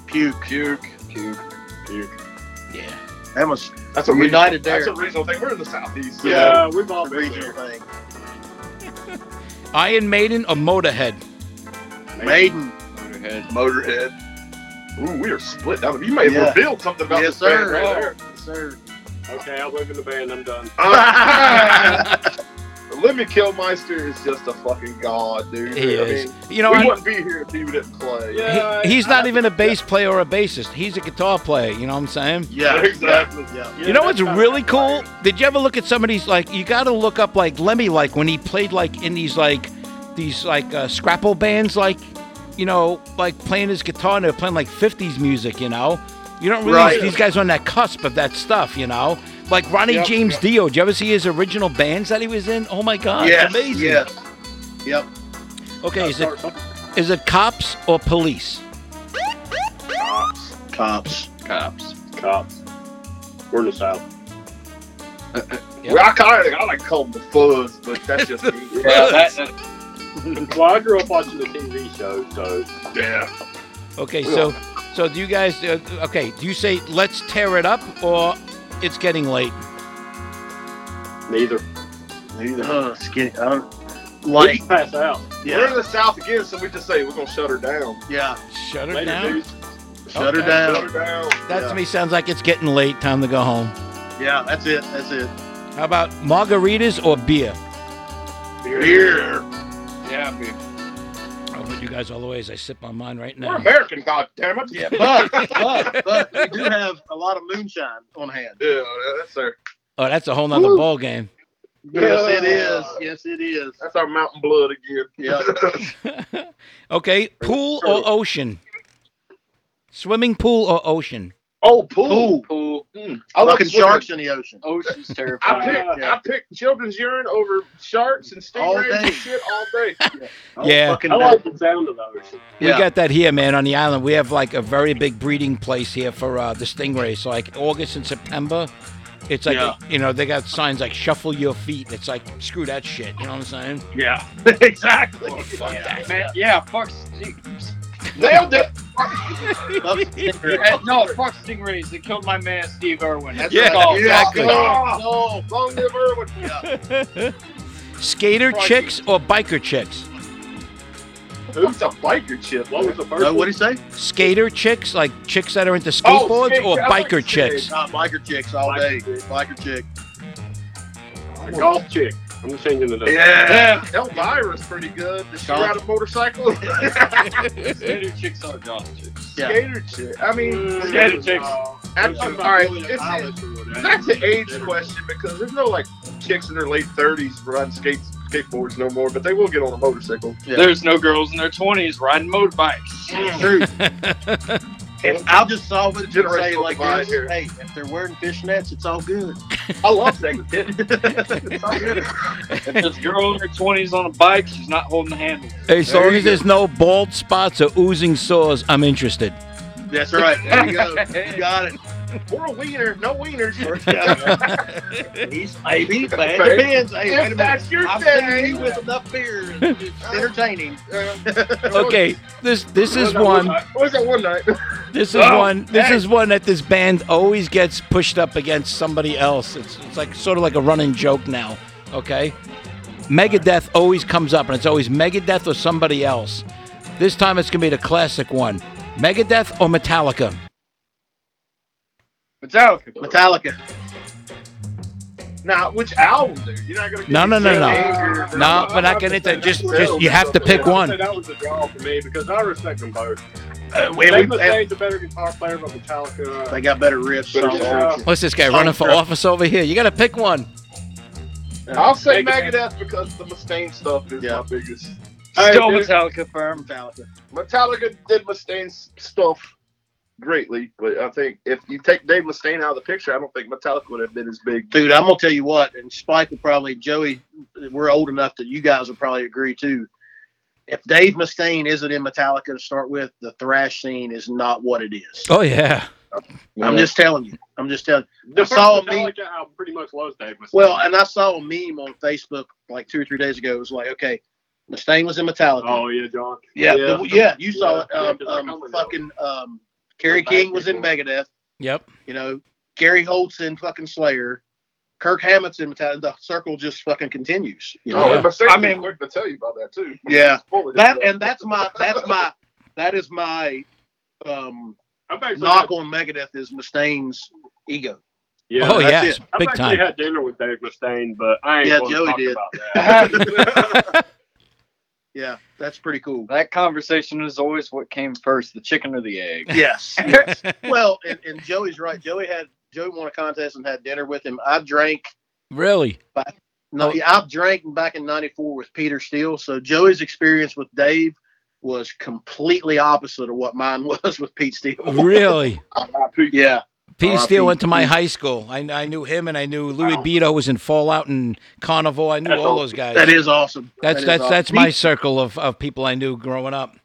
G: Puke.
H: Puke. Puke. Puke.
E: Yeah.
G: That was
H: That's a
G: We're
H: regional-
G: united there.
H: That's a regional thing. We're in the southeast. so-
J: Yeah, we've all
G: a
J: been
G: regional
J: there.
G: thing.
E: Iron Maiden or Motorhead?
G: Maiden.
H: Motorhead. Ooh, we are split down. You may have
G: Yeah.
H: revealed something about
G: Yes,
H: this band
G: sir.
H: right there.
G: Yes, sir.
J: Okay, I'll live in the band. I'm done.
G: Oh.
H: Lemmy Killmeister is just a fucking god, dude.
E: He
H: I
E: is.
H: mean,
E: You know,
H: we
E: I-
H: wouldn't be here if he didn't play.
J: Yeah.
E: he- he's not even a bass player or a bassist. He's a guitar player. You know what I'm saying?
G: Yeah,
H: Exactly.
G: Yeah.
E: you know what's really cool? Did you ever look at somebody's like? You got to look up like Lemmy, like when he played like in these like these like uh, scrapple bands, like you know, like playing his guitar and they're playing like '50s music. You know, you don't realize
G: Right.
E: these guys are on that cusp of that stuff. You know, like Ronnie
H: Yep,
E: James
H: yep.
E: Dio. Did you ever see his original bands that he was in? Oh my God,
G: yes,
E: it's amazing.
G: Yes. Yep.
E: Okay, is it is it cops or police?
H: Cops.
G: Cops.
I: Cops.
J: Cops. We're in the south.
G: Uh,
E: Yep.
H: Well, I, kinda, I like to call them the fuzz, but that's just me.
I: Yeah, that, that,
J: Well, I grew up watching the TV show, so
H: yeah.
E: Okay, so so do you guys? Uh, okay, do you say let's tear it up or it's getting late?
J: neither.
G: Uh, skinny. I don't, Like
H: We pass out.
G: Yeah.
H: We're in the South again, so we just say we're gonna shut her down.
G: Yeah.
E: Shut
H: her
E: down?
G: Shut her down.
H: Shut her down.
E: That to me sounds like it's getting late. Time to go home.
G: Yeah, that's it. That's it.
E: How about margaritas or beer?
H: Beer. Yeah, beer.
E: I'll put you guys all the way as I sip on mine right
H: We're
E: now.
H: American, goddammit.
G: Yeah, but but but we do have a lot of moonshine on hand.
H: Yeah, that's our.
E: Oh, that's a whole nother ball game.
G: Yes, it is. Yes, it is.
H: That's our mountain blood again.
G: Yeah.
E: Okay, pool or ocean? Swimming pool or ocean?
H: Oh, pool.
G: Pool.
I: Pool.
H: I love
G: Fucking
H: swimming.
G: sharks in the ocean.
J: Oh,
I: Ocean's
H: I
I: terrifying.
H: pick
G: Yeah.
H: I pick children's urine over sharks and
G: All
H: stingrays
G: day.
H: and shit all day.
E: yeah,
G: Oh, Fucking
J: I like the sound of those.
E: we got that here, man. On the island, we have like a very big breeding place here for uh, the stingray. So like August and September, it's like
G: Yeah.
E: you know they got signs like "shuffle your feet." It's like screw that shit. You know what I'm saying?
J: Yeah.
G: exactly.
I: Man, yeah, fuck. sting-
H: Nailed it.
I: eh, no, fuck stingrays. They killed my man Steve Irwin. That's
E: Yeah,
I: all.
E: exactly.
H: Oh, no. Long live Irwin.
E: Skater chicks or biker chicks?
H: Who's a biker chip?
J: What was the first
G: Uh, what
J: one?
G: do you say?
E: Skater chicks, like chicks that are into
H: Oh,
E: skateboards,
H: skate-
E: or
H: I like Um,
E: biker
H: skate.
E: chicks?
G: Nah, biker chicks all
J: Biker
G: day. Biker chick.
J: A golf chick. I'm changing it up.
H: Yeah. Elvira's pretty good. Does she ride a motorcycle?
I: Skater chicks are golf chicks.
G: Yeah.
H: Skater chip. I mean,
J: Mm, Skater chicks.
H: That's, all right. It's, that's an age question because there's no like chicks in their late 30s riding skates, skateboards no more, but they will get on a motorcycle.
G: Yeah.
I: There's no girls in their 20s riding motorbikes.
G: True. And I'll just solve it and say
H: Generational
G: like
H: divide
G: this.
H: here.
G: Hey, if they're wearing fishnets, it's all good.
H: I love that.
I: if this girl in her 20s on a bike, she's not holding the handle.
E: As long as there's no bald spots or oozing sores, I'm interested.
G: That's right. There you go. You got it.
H: Or a wiener, no wieners.
G: He's baby. It
H: Baby.
G: depends. Hey, wait a
H: if
G: minute.
H: that's your
G: I'm
H: thing, Uh,
G: sitting here with enough beer. It's entertaining.
E: Okay, this this is one.
H: What's that one night?
E: This is
H: Oh,
E: one. This
H: hey.
E: is one that this band always gets pushed up against somebody else. It's it's like sort of like a running joke now. Okay, Megadeth always comes up, and it's always Megadeth or somebody else. This time it's gonna be the classic one: Megadeth or Metallica.
I: Metallica.
G: Metallica.
H: Now, which album, dude? You're not gonna.
E: No, no, no, no.
H: Angry.
E: No, we're not getting into just just. You have to pick
J: I would say
E: one.
J: That was a draw for me because I respect them both.
G: Uh, we-
J: Dave
G: we-
J: Mustaine's a better guitar player than Metallica.
G: they got better riffs.
H: Better
G: songs.
J: riffs.
E: What's this guy running for office over here? You gotta pick one.
H: uh, I'll say
J: Megadeth.
H: Megadeth because the Mustaine stuff is
G: Yeah.
H: my biggest.
I: Still
H: Hey, dude,
I: Metallica firm.
G: Metallica.
H: Metallica did Mustaine's stuff greatly, but I think if you take Dave Mustaine out of the picture, I don't think Metallica would have been as big.
G: Dude, I'm gonna tell you what, and Spike will probably Joey. We're old enough that you guys will probably agree too. If Dave Mustaine isn't in Metallica to start with, the thrash scene is not what it is.
E: Oh yeah.
G: I'm just telling you. I'm just telling.
J: The
G: I
J: first
G: saw a meme.
J: Metallica album pretty much loves Dave Mustaine.
G: Well, and I saw a meme on Facebook like two or three days ago. It was like, okay, Mustaine was in Metallica.
J: oh yeah, John.
G: yeah,
H: yeah.
G: the- yeah, you saw
J: Yeah, yeah,
G: it.
J: 'cause I
G: Um,
J: come
G: um,
J: with
G: fucking um, Kerry
H: Bad
G: King was in
H: people.
G: Megadeth.
E: Yep.
G: You know, Gary Holt's in fucking Slayer. Kirk Hammett's in Metallica. The circle just fucking continues. You know?
H: Oh, and Mustaine
I: I
H: I
I: mean-
H: mean, quick to tell you about that too.
G: Yeah.
H: Fully.
G: That and that's my that's my that is my um
J: I'm actually
G: knock on Megadeth is Mustaine's ego.
J: yeah,
E: Oh
G: that's
E: yeah.
G: it.
E: it's
J: I've
E: Big
J: actually
E: time.
J: had dinner with Dave Mustaine, but I ain't
G: Yeah,
J: gonna
G: Joey
J: talk
G: did.
J: about that.
G: Yeah, that's pretty cool.
I: That conversation is always what came first, the chicken or the egg.
G: Yes. well, and, and Joey's right. Joey had Joey won a contest and had dinner with him. I drank
E: Really.
G: no, yeah, I drank back in '94 with Peter Steele. So Joey's experience with Dave was completely opposite of what mine was with Pete Steele.
E: Really.
G: Yeah.
E: Pete
G: R.I.P.
E: Steele went to my high school. I, I knew him, and I knew Louis Beto was in Fallout and Carnival. I knew
J: That's
E: all
J: all-
E: those guys.
G: That is awesome.
E: that's
G: That is
E: that's,
G: awesome.
E: that's my
G: Pete-
E: circle of, of people I knew growing up.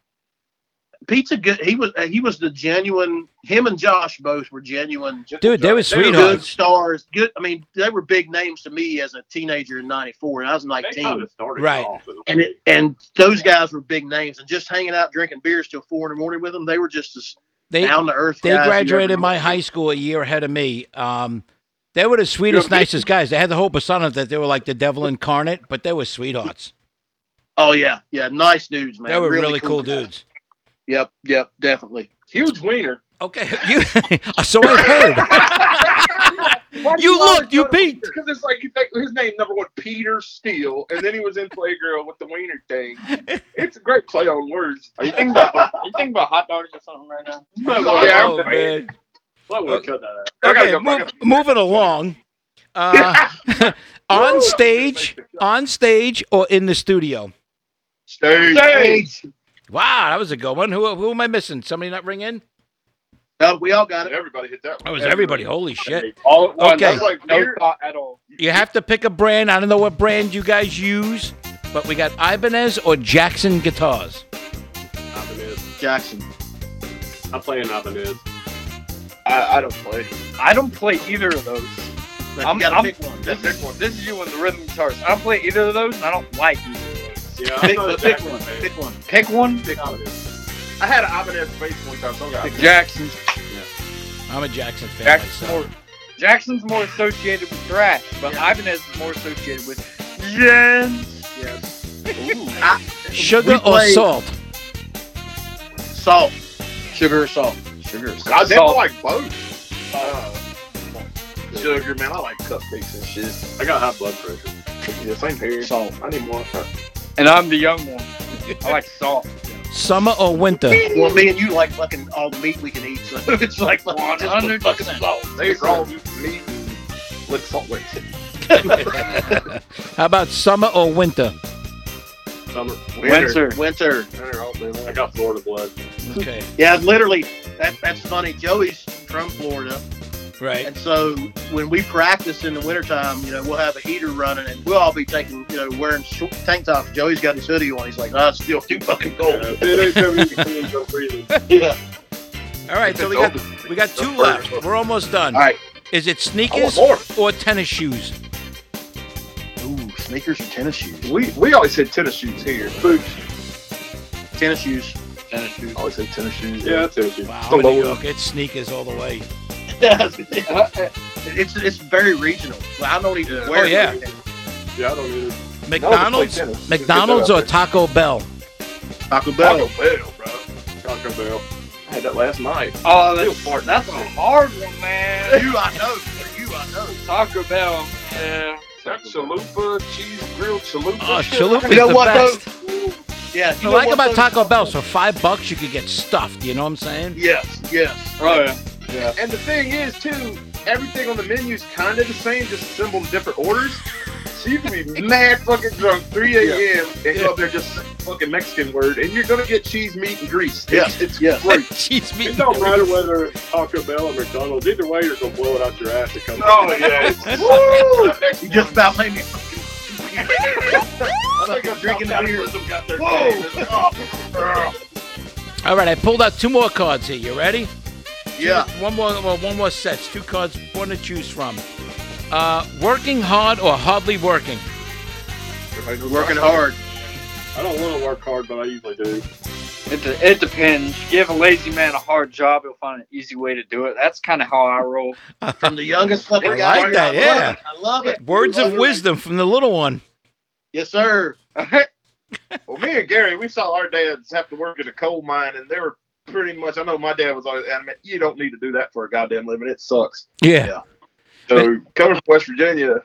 G: Pete's a good. He was he was the genuine. Him and Josh both were genuine
E: Dude, they were
G: They were good
E: sweethearts.
G: stars. Good. I mean, they were big names to me as a teenager in '94, and I was
J: They kind
G: 19.
J: of started
E: Right.
J: off as-
G: And it, and those guys were big names, and just hanging out drinking beers till four in the morning with them, they were just as
E: They
G: down to earth.
E: they graduated my high school a year ahead of me. Um, they were the sweetest, nicest guys. They had the whole persona that they were like the devil incarnate, but they were sweethearts.
G: Oh yeah, yeah, nice dudes, man.
E: They were really cool dudes.
G: Yep, yep, definitely.
I: Huge wiener.
E: Okay, you. so I heard. You looked, you beat.
H: Because it's like you think his name number one, Peter Steele, and then he was in Playgirl with the wiener thing. It's a great play on words.
I: Are you thinking about are you thinking about hot dogs or something right now?
H: yeah,
E: Oh,
H: I'm-
E: man.
J: Well, we'll cut that out.
E: Okay, move, moving along. Uh, on stage, on stage, or in the studio.
H: Stage.
G: Stage.
E: Wow, that was a good one. Who, who am I missing? Somebody not ring in?
G: No, Oh, we all got it.
H: Everybody hit that one.
E: That was everybody. Holy shit!
I: All at once.
E: Okay.
I: That's like no thought at all.
E: You have to pick a brand. I don't know what brand you guys use, but we got Ibanez or Jackson guitars.
J: Ibanez.
G: Jackson.
J: I'm playing Ibanez.
H: I, I don't play.
I: I don't play either of those.
G: But
I: I'm-
G: you gotta
I: I'm-
G: pick one.
I: This is this is you and the rhythm guitarist. I don't play either of those, and I don't like either of those.
J: Yeah, I'm
G: Pick,
J: not a
G: pick
J: Jackson
G: one.
J: fan.
G: Pick one.
I: Pick one.
H: I had an Ibanez face one time. So I got
I: Pick Jackson's.
E: I'm a Jackson fan.
I: Jackson's
E: myself.
I: more. Jackson's more associated with thrash, but
G: Yeah.
I: Ibanez is more associated with yes.
G: Yes.
E: Sugar
G: We
E: or
G: play-
E: salt?
G: Salt. Sugar or salt. Sugar or salt.
H: I did
I: Salt.
H: like both. Uh, sugar, man. I like cupcakes and shit.
J: I got high blood pressure.
H: Yeah, same here.
G: Salt.
H: I need more.
I: And I'm the young one. I like salt.
E: Summer or winter?
G: Well, me and you like fucking all the meat we can eat, so it's like fucking just put
I: 100%.
G: fucking salt.
H: These are all meat and lick salt lick.
E: How about summer or winter?
J: Summer.
I: Winter.
G: Winter.
H: They're all day long.
J: I got Florida blood.
E: Okay,
G: Yeah, literally. That, that's funny. Joey's from Florida,
E: right.
G: and so when we practice in the wintertime, you know, we'll have a heater running, and we'll all be taking, you know, wearing short tank tops. Joey's got his hoodie on. He's like, "Ah, it's still too fucking
H: Oh.
J: Yeah,
G: cold."
J: it ain't never even clean, no breathing.
G: Yeah.
E: All right, so we got we got two left. We're almost done.
G: All right.
E: Is it sneakers
H: more.
E: or tennis shoes?
G: Ooh, sneakers or tennis shoes?
H: We we always said tennis shoes here. Boots.
G: Tennis shoes.
I: Tennis shoes.
H: Always said tennis shoes.
J: Yeah, that's it.
E: Wow,
H: It's
E: I'm
H: the
E: in New
H: lower-
E: York. It's sneakers all the way.
G: it's it's very regional. Well, I don't even
I: Oh,
G: wear.
E: yeah.
G: it.
J: Yeah, I don't either.
E: McDonald's,
H: play tennis.
E: McDonald's or Taco Bell?
G: Taco
H: Taco
G: Bell.
H: Bell, bro.
J: Taco Bell.
H: I had that last night.
I: Oh, that's, that's a hard one, man.
G: You, I know. For you, I know.
I: Taco Bell. Yeah.
H: That chalupa, cheese grilled chalupa.
E: Oh,
H: shit.
E: chalupa's
G: You know
E: the
G: what, though?
E: best.
G: Yeah.
E: You like about Taco Bell? So five bucks, you could get stuffed. You know what I'm saying?
G: Yes. Yes.
I: Oh yeah.
H: And the thing is, too, everything on the menu's kind of the same, just assembled in different orders. So you can be mad fucking drunk 3 a.m. and
E: Yeah.
H: go up there just say fucking Mexican word, and you're gonna get cheese, meat, and grease.
G: Yes.
H: It's, it's
G: Yes.
H: great.
E: Cheese
J: It
E: meat.
J: don't matter whether it's Taco Bell or McDonald's. Either way, you're gonna blow it out your ass to come.
H: Oh yeah. it's- Woo!
G: You just about made me.
H: I think I'm
G: Drinking
H: drinking
G: the beer.
H: capitalism got their
G: Whoa!
H: thing. It's- oh,
E: All right, I pulled out two more cards here. You ready?
G: Yeah.
E: One more, well, one more sets. Two cards, one to choose from. Uh, working hard or hardly working?
H: girl.
G: Working hard.
J: I don't want to work hard, but I usually do.
I: It, de- it depends. Give a lazy man a hard job, he'll find an easy way to do it. That's kind of how I roll.
G: From the youngest fucking
E: I
G: guy.
E: like that,
G: I
E: yeah.
G: Love it. I love it.
E: Words
G: Love
E: of
G: it.
E: wisdom from the little one.
G: Yes, sir.
H: Well, me and Gary, we saw our dads have to work at a coal mine, and they were pretty much. I know my dad was always adamant, you don't need to do that for a goddamn living. It sucks.
E: Yeah.
H: So coming from West Virginia,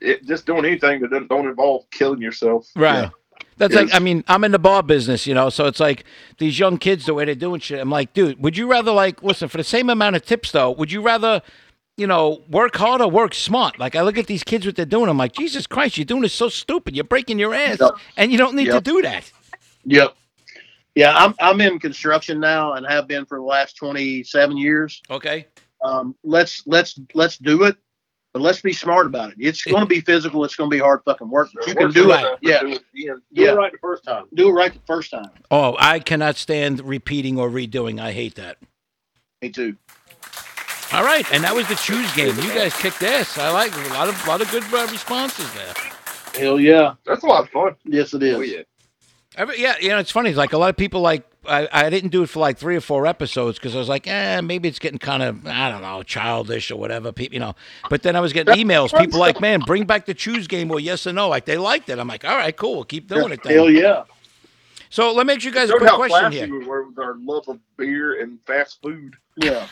H: it, just doing anything that doesn't, don't involve killing yourself.
E: Right. That's like,
H: Yes.
E: I mean, I'm in the bar business, you know, so it's like these young kids, the way they're doing shit. I'm like, dude, would you rather, like, listen, for the same amount of tips, though, would you rather, you know, work hard or work smart? Like, I look at these kids, what they're doing. I'm like, Jesus Christ, you're doing this so stupid. You're breaking your ass,
G: Yep.
E: and you don't need
G: Yep.
E: to do that.
G: Yep. Yeah, I'm I'm in construction now and have been for the last 27 years.
E: Okay.
G: Um, let's let's let's do it, but let's be smart about it. It's going to be physical. It's going to be hard fucking work, but you can do it. Yeah,
H: Do it again.
J: Do
G: yeah.
J: it right the first time.
G: Do it right the first time.
E: Oh, I cannot stand repeating or redoing. I hate that.
G: Me too.
E: All right, and that was the choose game. You guys kicked ass. I like a lot of lot of good uh, responses there.
G: Hell yeah.
H: That's a lot of fun.
G: Yes, it is.
E: Oh,
J: Oh,
E: Every, yeah, you know, it's funny. It's like a lot of people like uh, I, I didn't do it for like three or four episodes because I was like, eh, maybe it's getting kind of I don't know, childish or whatever. People, you know. But then I was getting emails. People like, man, bring back the choose game or yes or no. Like they liked it. I'm like, all right, cool, we'll keep doing it. Then.
I: Hell yeah.
E: So let me ask you guys a
H: Showed
E: quick
H: how
E: question
H: classy
E: here.
H: we were with our love of beer and fast food.
I: Yeah.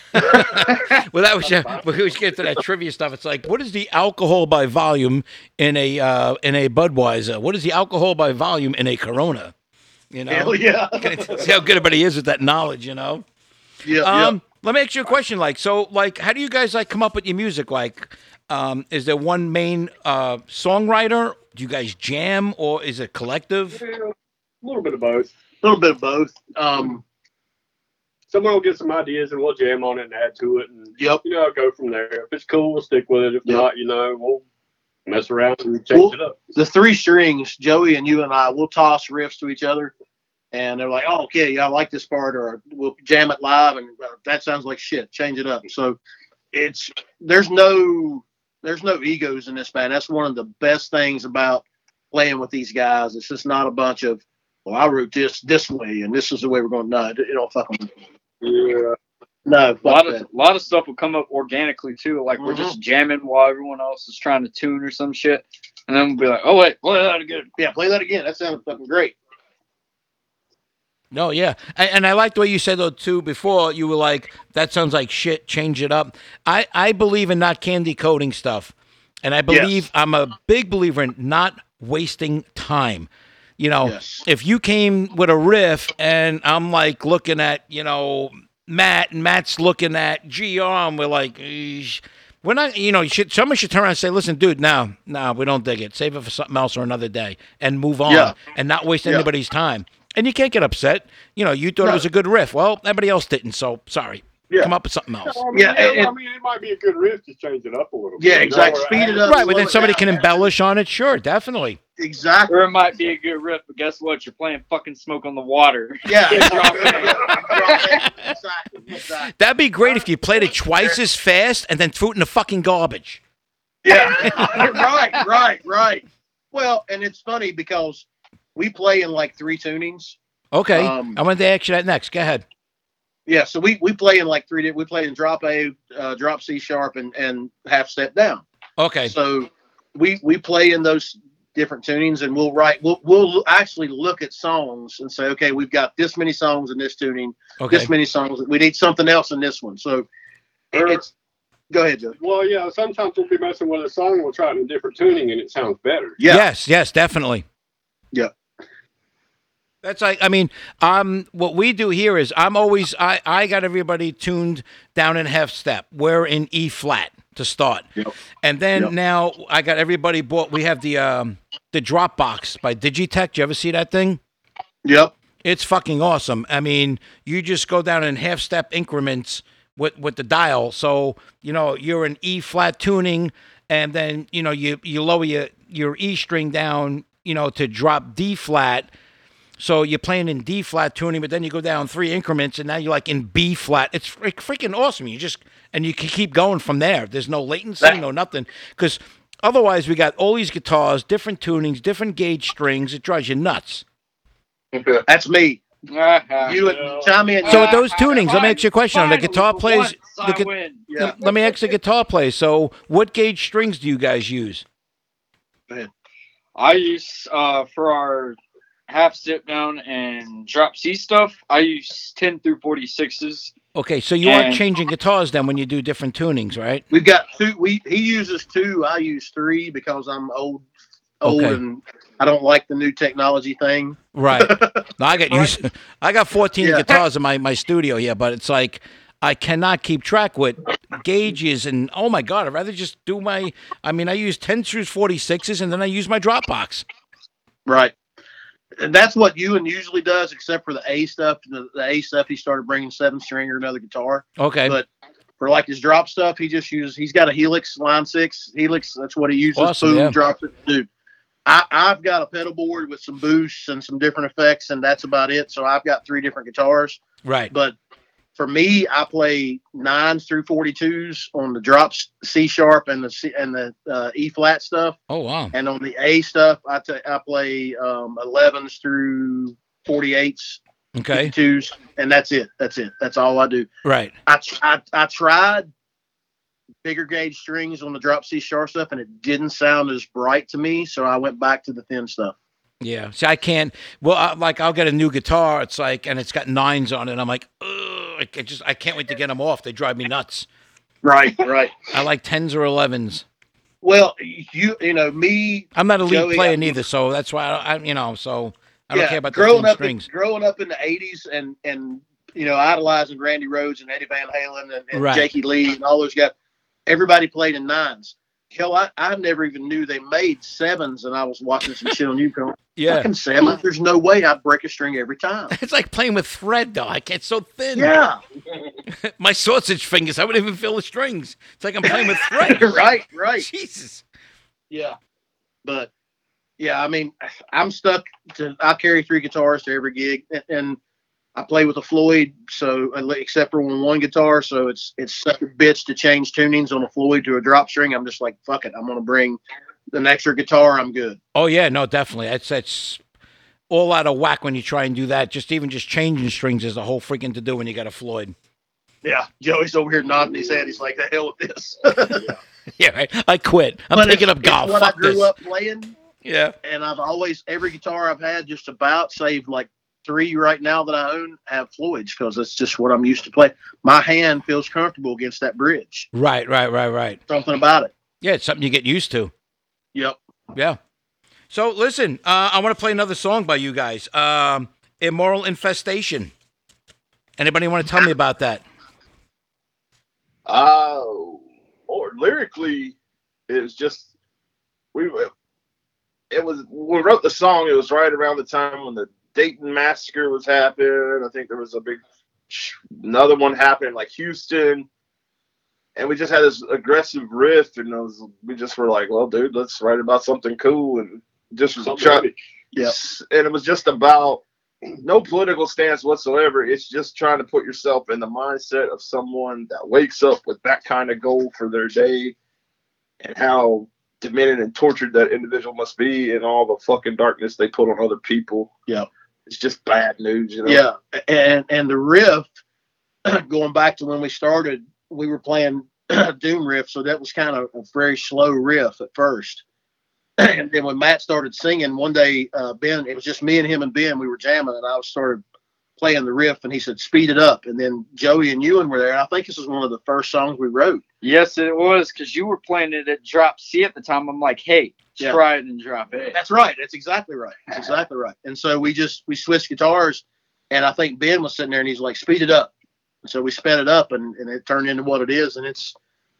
E: well, that was yeah, we was getting to that trivia stuff. It's like, what is the alcohol by volume in a uh, in a Budweiser? What is the alcohol by volume in a Corona? You know,
A: Hell yeah.
E: see how good everybody is with that knowledge. You know,
G: yeah.
E: Um, let me ask you a question. Like, so, like, how do you guys like come up with your music? Like, um, is there one main uh, songwriter? Do you guys jam, or is it collective?
J: A little bit of both.
G: A little bit of both. Um,
J: Someone will get some ideas and we'll jam on it and add to it, and
G: yep.
J: you know, go from there. If it's cool, we'll stick with it. If not, you know, we'll mess around and change
G: Well,
J: it up.
G: the three strings, Joey and you and I, we'll toss riffs to each other, and they're like, "Oh, okay, yeah, I like this part," or we'll jam it live, and uh, that sounds like shit. Change it up. So it's there's no there's no egos in this band. That's one of the best things about playing with these guys. It's just not a bunch of, "Well, I wrote this this way, and this is the way we're going." No, it it don't fucking.
J: Yeah.
G: No,
I: A
G: fuck
I: lot of
G: that.
I: a lot of stuff will come up organically too. Like we're just jamming while everyone else is trying to tune or some shit, and then we'll be like, "Oh wait, play that again."
G: Yeah, play that again. That sounded fucking great.
E: No, yeah, and, and I like the way you said though too. Before you were like, "That sounds like shit. Change it up." I I believe in not candy coating stuff, and I believe I'm a big believer in not wasting time. You know, if you came with a riff and I'm like looking at you know Matt and Matt's looking at GR and we're like. "Eesh." We're not, you know, you should, someone should turn around and say, listen, dude, no, no, we don't dig it. Save it for something else or another day and move on
A: Yeah.
E: and not waste
A: Yeah.
E: anybody's time. And you can't get upset. You know, you thought it was a good riff. Well, everybody else didn't, so sorry. Come up with something else.
J: I mean,
E: Yeah,
J: I mean, it might be a good riff to change it up a little. bit.
E: Right, but then somebody can embellish on it. Sure, definitely.
G: Exactly.
I: Or it might be a good riff, but guess what? You're playing fucking smoke on the water.
G: Yeah.
E: That'd be great if you played it twice as fast and then threw it in the fucking garbage.
G: right, right, right. Well, and it's funny because we play in like three tunings.
E: Okay,
G: Um,
E: I wanted to ask you that next. Go ahead.
G: Yeah, so we we play in like three. di- We play in drop A, uh, drop C sharp, and and half step down.
E: Okay.
G: So we we play in those different tunings, and we'll write. We'll we'll actually look at songs and say, okay, we've got this many songs in this tuning.
J: Okay.
G: This many songs. We need something else in this one. So it's. Go ahead, Joe.
J: Well, yeah. Sometimes we'll be messing with a song, and we'll try it in a different tuning, and it sounds better.
E: Yes, yes, definitely.
G: Yeah.
E: That's like I mean, um, what we do here is I'm always I I got everybody tuned down in half step. We're in E flat to start, and then now I got everybody bought. We have the um the Dropbox by Digitech. Do you ever see that thing?
G: Yep.
E: It's fucking awesome. I mean, you just go down in half step increments with with the dial. So, you know, you're in E flat tuning and then, you know, you you lower your your E string down, you know, to drop D flat. So you're playing in D flat tuning, but then you go down three increments, and now you're like in B flat. It's fre- freaking awesome. You just and you can keep going from there. There's no latency, no nothing, because otherwise we got all these guitars, different tunings, different gauge strings. It drives you nuts.
G: That's me.
I: you
G: and chime in.
E: So with those tunings, let me ask you a question. On the guitar plays, the gu-
G: Yeah.
E: let me ask the guitar plays. So what gauge strings do you guys use?
I: I use uh, for our half step down and drop C stuff. I use ten through forty sixes.
E: Okay, so you
I: And-
E: aren't changing guitars then when you do different tunings, right?
G: We've got two. We he uses two. I use three because I'm old, old,
E: Okay.
G: and I don't like the new technology thing.
E: Right. No, I got used. I got 14
G: Yeah.
E: guitars in my, my studio here, but it's like I cannot keep track with gauges and oh my god, I'd rather just do my. I mean, I use 10 through 46s and then I use my Dropbox.
G: Right. And that's what Ewan usually does, except for the A stuff. The, the A stuff, he started bringing seven string or another guitar.
E: Okay.
G: But for like his drop stuff, he just uses. He's got a Helix line six Helix. That's what he uses.
E: Awesome,
G: Boom,
E: yeah.
G: drops it, dude. I, I've got a pedal board with some boosts and some different effects, and that's about it. So I've got three different guitars.
E: Right.
G: But for me, I play nines through forty twos on the drops C sharp and the C, and the uh, E flat stuff.
E: Oh wow.
G: And on the A stuff, I ta- I play um, 11s through 48s
E: Okay.
G: Twos, and that's it. That's it. That's all I do.
E: Right.
G: I, I, I tried bigger gauge strings on the drop C sharp stuff, and it didn't sound as bright to me, so I went back to the thin stuff.
E: Yeah. See, I can't. Well, I, like I'll get a new guitar. It's like, and it's got nines on it. and I'm like, ugh, I can just, I can't wait to get them off. They drive me nuts.
G: Right. Right.
E: I like tens or elevens.
G: Well, you you know me.
E: I'm not a lead
G: Joey, um,
E: player
G: I-
E: neither, so that's why I, I you know, so I don't care about the
G: growing
E: thin
G: up
E: strings.
G: In, growing up in the '80s, and and you know idolizing Randy Rhodes and Eddie Van Halen and, and
E: Right.
G: Jakey Lee and all those guys. Everybody played in nines. Hell, I, I never even knew they made sevens, and I was watching some shit on YouTube.
E: Yeah.
G: fucking sevens. There's no way I'd break a string every time.
E: it's like playing with thread, though. Like it's so thin.
G: Yeah.
E: My sausage fingers. I wouldn't even feel the strings. It's like I'm playing with thread.
G: right, right.
E: Jesus.
G: Yeah. But yeah, I mean, I'm stuck to I carry three guitars to every gig and, and I play with a Floyd, so uh, except for on one guitar, so it's it's such a bitch to change tunings on a Floyd to a drop string. I'm just like, fuck it, I'm gonna bring an extra guitar, I'm good.
E: Oh yeah, no, definitely. That's that's all out of whack when you try and do that. Just even just changing strings is a whole freaking to do when you got a Floyd.
G: Yeah, Joey's over here nodding his head. He's like, the hell with this.
E: Yeah, right. I quit. I'm
G: But
E: taking
G: it's-
E: up golf.
G: It's what
E: Fuck
G: I grew
E: this.
G: up playing.
E: Yeah.
G: And I've always every guitar I've had, just about save like three right now that I own, have Floyd's because that's just what I'm used to play. My hand feels comfortable against that bridge.
E: Right, right, right, right.
G: Something about it.
E: Yeah, it's something you get used to.
G: Yep.
E: Yeah. So listen, uh, I want to play another song by you guys. Um, Immoral Infestation. Anybody want to tell me about that?
H: Oh, or lyrically, it's just we. were- It was we wrote the song. It was right around the time when the Dayton massacre was happening. I think there was a big another one happened in, like Houston, and we just had this aggressive riff, and it was, we just were like, "Well, dude, let's write about something cool," and just was
J: Something
H: trying.
J: big.
H: Yes, and it was just about no political stance whatsoever. It's just trying to put yourself in the mindset of someone that wakes up with that kind of goal for their day, and how demented and tortured that individual must be, and all the fucking darkness they put on other people.
G: Yeah.
H: It's just bad news, you know.
G: Yeah. And and the riff, going back to when we started, we were playing Doom riff, so that was kind of a very slow riff at first. and then when Matt started singing one day, uh, Ben, it was just me and him and Ben, we were jamming, and I started playing the riff, and he said, "Speed it up." And then Joey and Ewan were there. And I think this was one of the first songs we wrote.
I: Yes, it was because you were playing it at drop C at the time. I'm like, hey,
G: Yeah.
I: try it and drop it.
G: That's right. That's exactly right. That's exactly right. And so we just we switched guitars, and I think Ben was sitting there, and he's like, "Speed it up." And so we sped it up, and, and it turned into what it is, and it's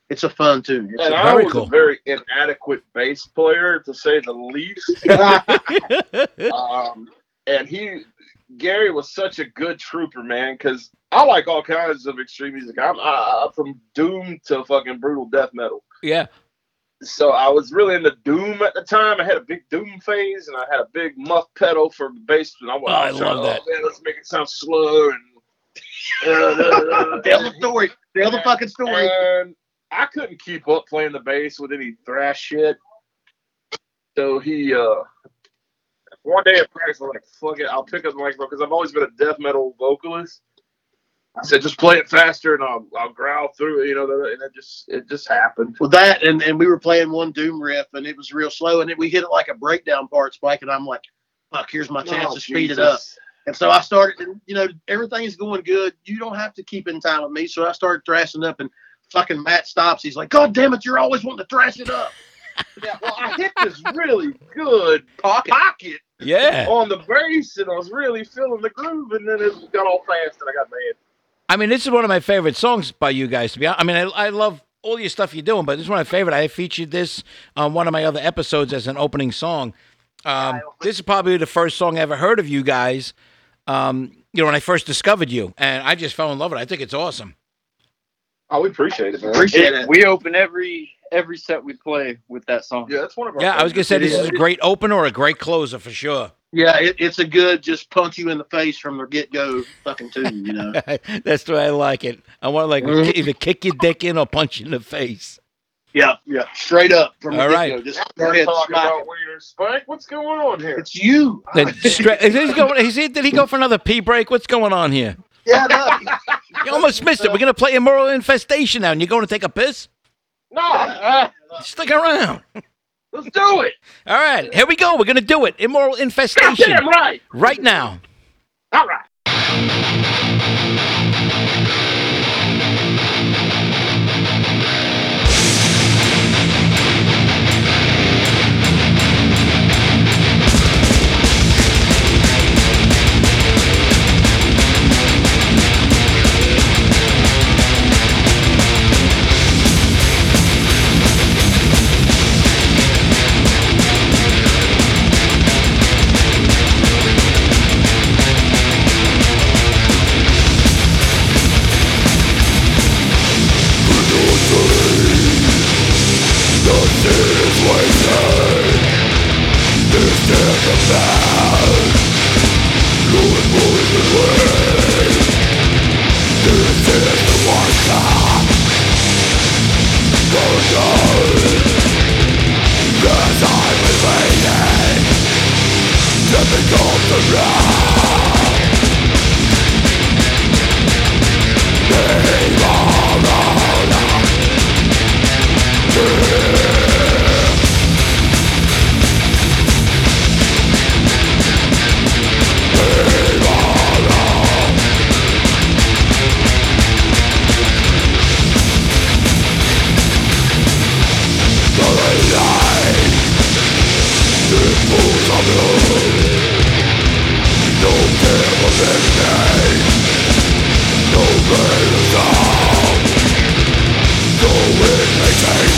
G: it's a fun tune. It's
H: And
G: a-
H: I was a very inadequate bass player, to say the least. um, and he, Gary, was such a good trooper, man. Because I like all kinds of extreme music. I'm, I, I'm from doom to fucking brutal death metal.
E: Yeah.
H: So I was really into doom at the time. I had a big doom phase, and I had a big muff pedal for the bass. And I, was
E: Oh, I
H: trying,
E: love that.
H: Oh, man, let's make it sound slow and.
G: Tell the story. Tell the fucking story.
H: And I couldn't keep up playing the bass with any thrash shit. So he, uh, one day at practice, I'm like, fuck it, I'll pick up the microphone because I've always been a death metal vocalist. I said, just play it faster and I'll, I'll growl through it, you know, and it just, it just happened.
G: Well, that and, and we were playing one Doom riff, and it was real slow, and it, we hit it like a breakdown part spike, and I'm like, "Fuck, here's my chance
H: Oh,
G: to speed it
H: Jesus.
G: up." And so I started, and, you know, everything's going good. You don't have to keep in time with me. So I started thrashing up, and fucking Matt stops. He's like, God damn it, you're always wanting to thrash it up.
H: Yeah, well, I hit this really good pocket,
E: Yeah.
H: on the bass and I was really feeling the groove and then it got all fast and I got mad.
E: I mean, this is one of my favorite songs by you guys. To be honest, I mean, I, I love all your stuff you're doing, but this is one of my favorite. I featured this on one of my other episodes as an opening song. Um, this is probably the first song I ever heard of you guys. Um, you know, when I first discovered you, and I just fell in love with it. I think it's awesome.
H: Oh, we appreciate it, man.
G: Appreciate
I: It-
G: it.
I: We open every every set we play with that song.
H: Yeah, that's one of
E: Yeah, I was gonna say this is a
H: Yeah.
E: great opener or a great closer for sure.
G: Yeah, it, it's a good just punch you in the face from the get go fucking tune, you know.
E: That's the way I like it. I want to like
G: Mhm.
E: either kick your dick in or punch you in the face.
G: Yeah, yeah, straight up from the
E: All right.
G: get-go. Just go
H: We're
G: ahead,
H: talking
G: smack
H: about
G: it.
H: wiener spank. What's going on here?
G: It's you.
E: Then stra- is he going, is he, did he go for another pee break? What's going on here?
G: Yeah, no,
E: You almost missed it. We're going to play Immoral Infestation now, and you're going to take a piss?
H: No, uh,
E: Stick around.
H: let's do it.
E: All right, here we go. We're going to do it. Immoral Infestation.
H: Damn right.
E: Right now.
H: All right.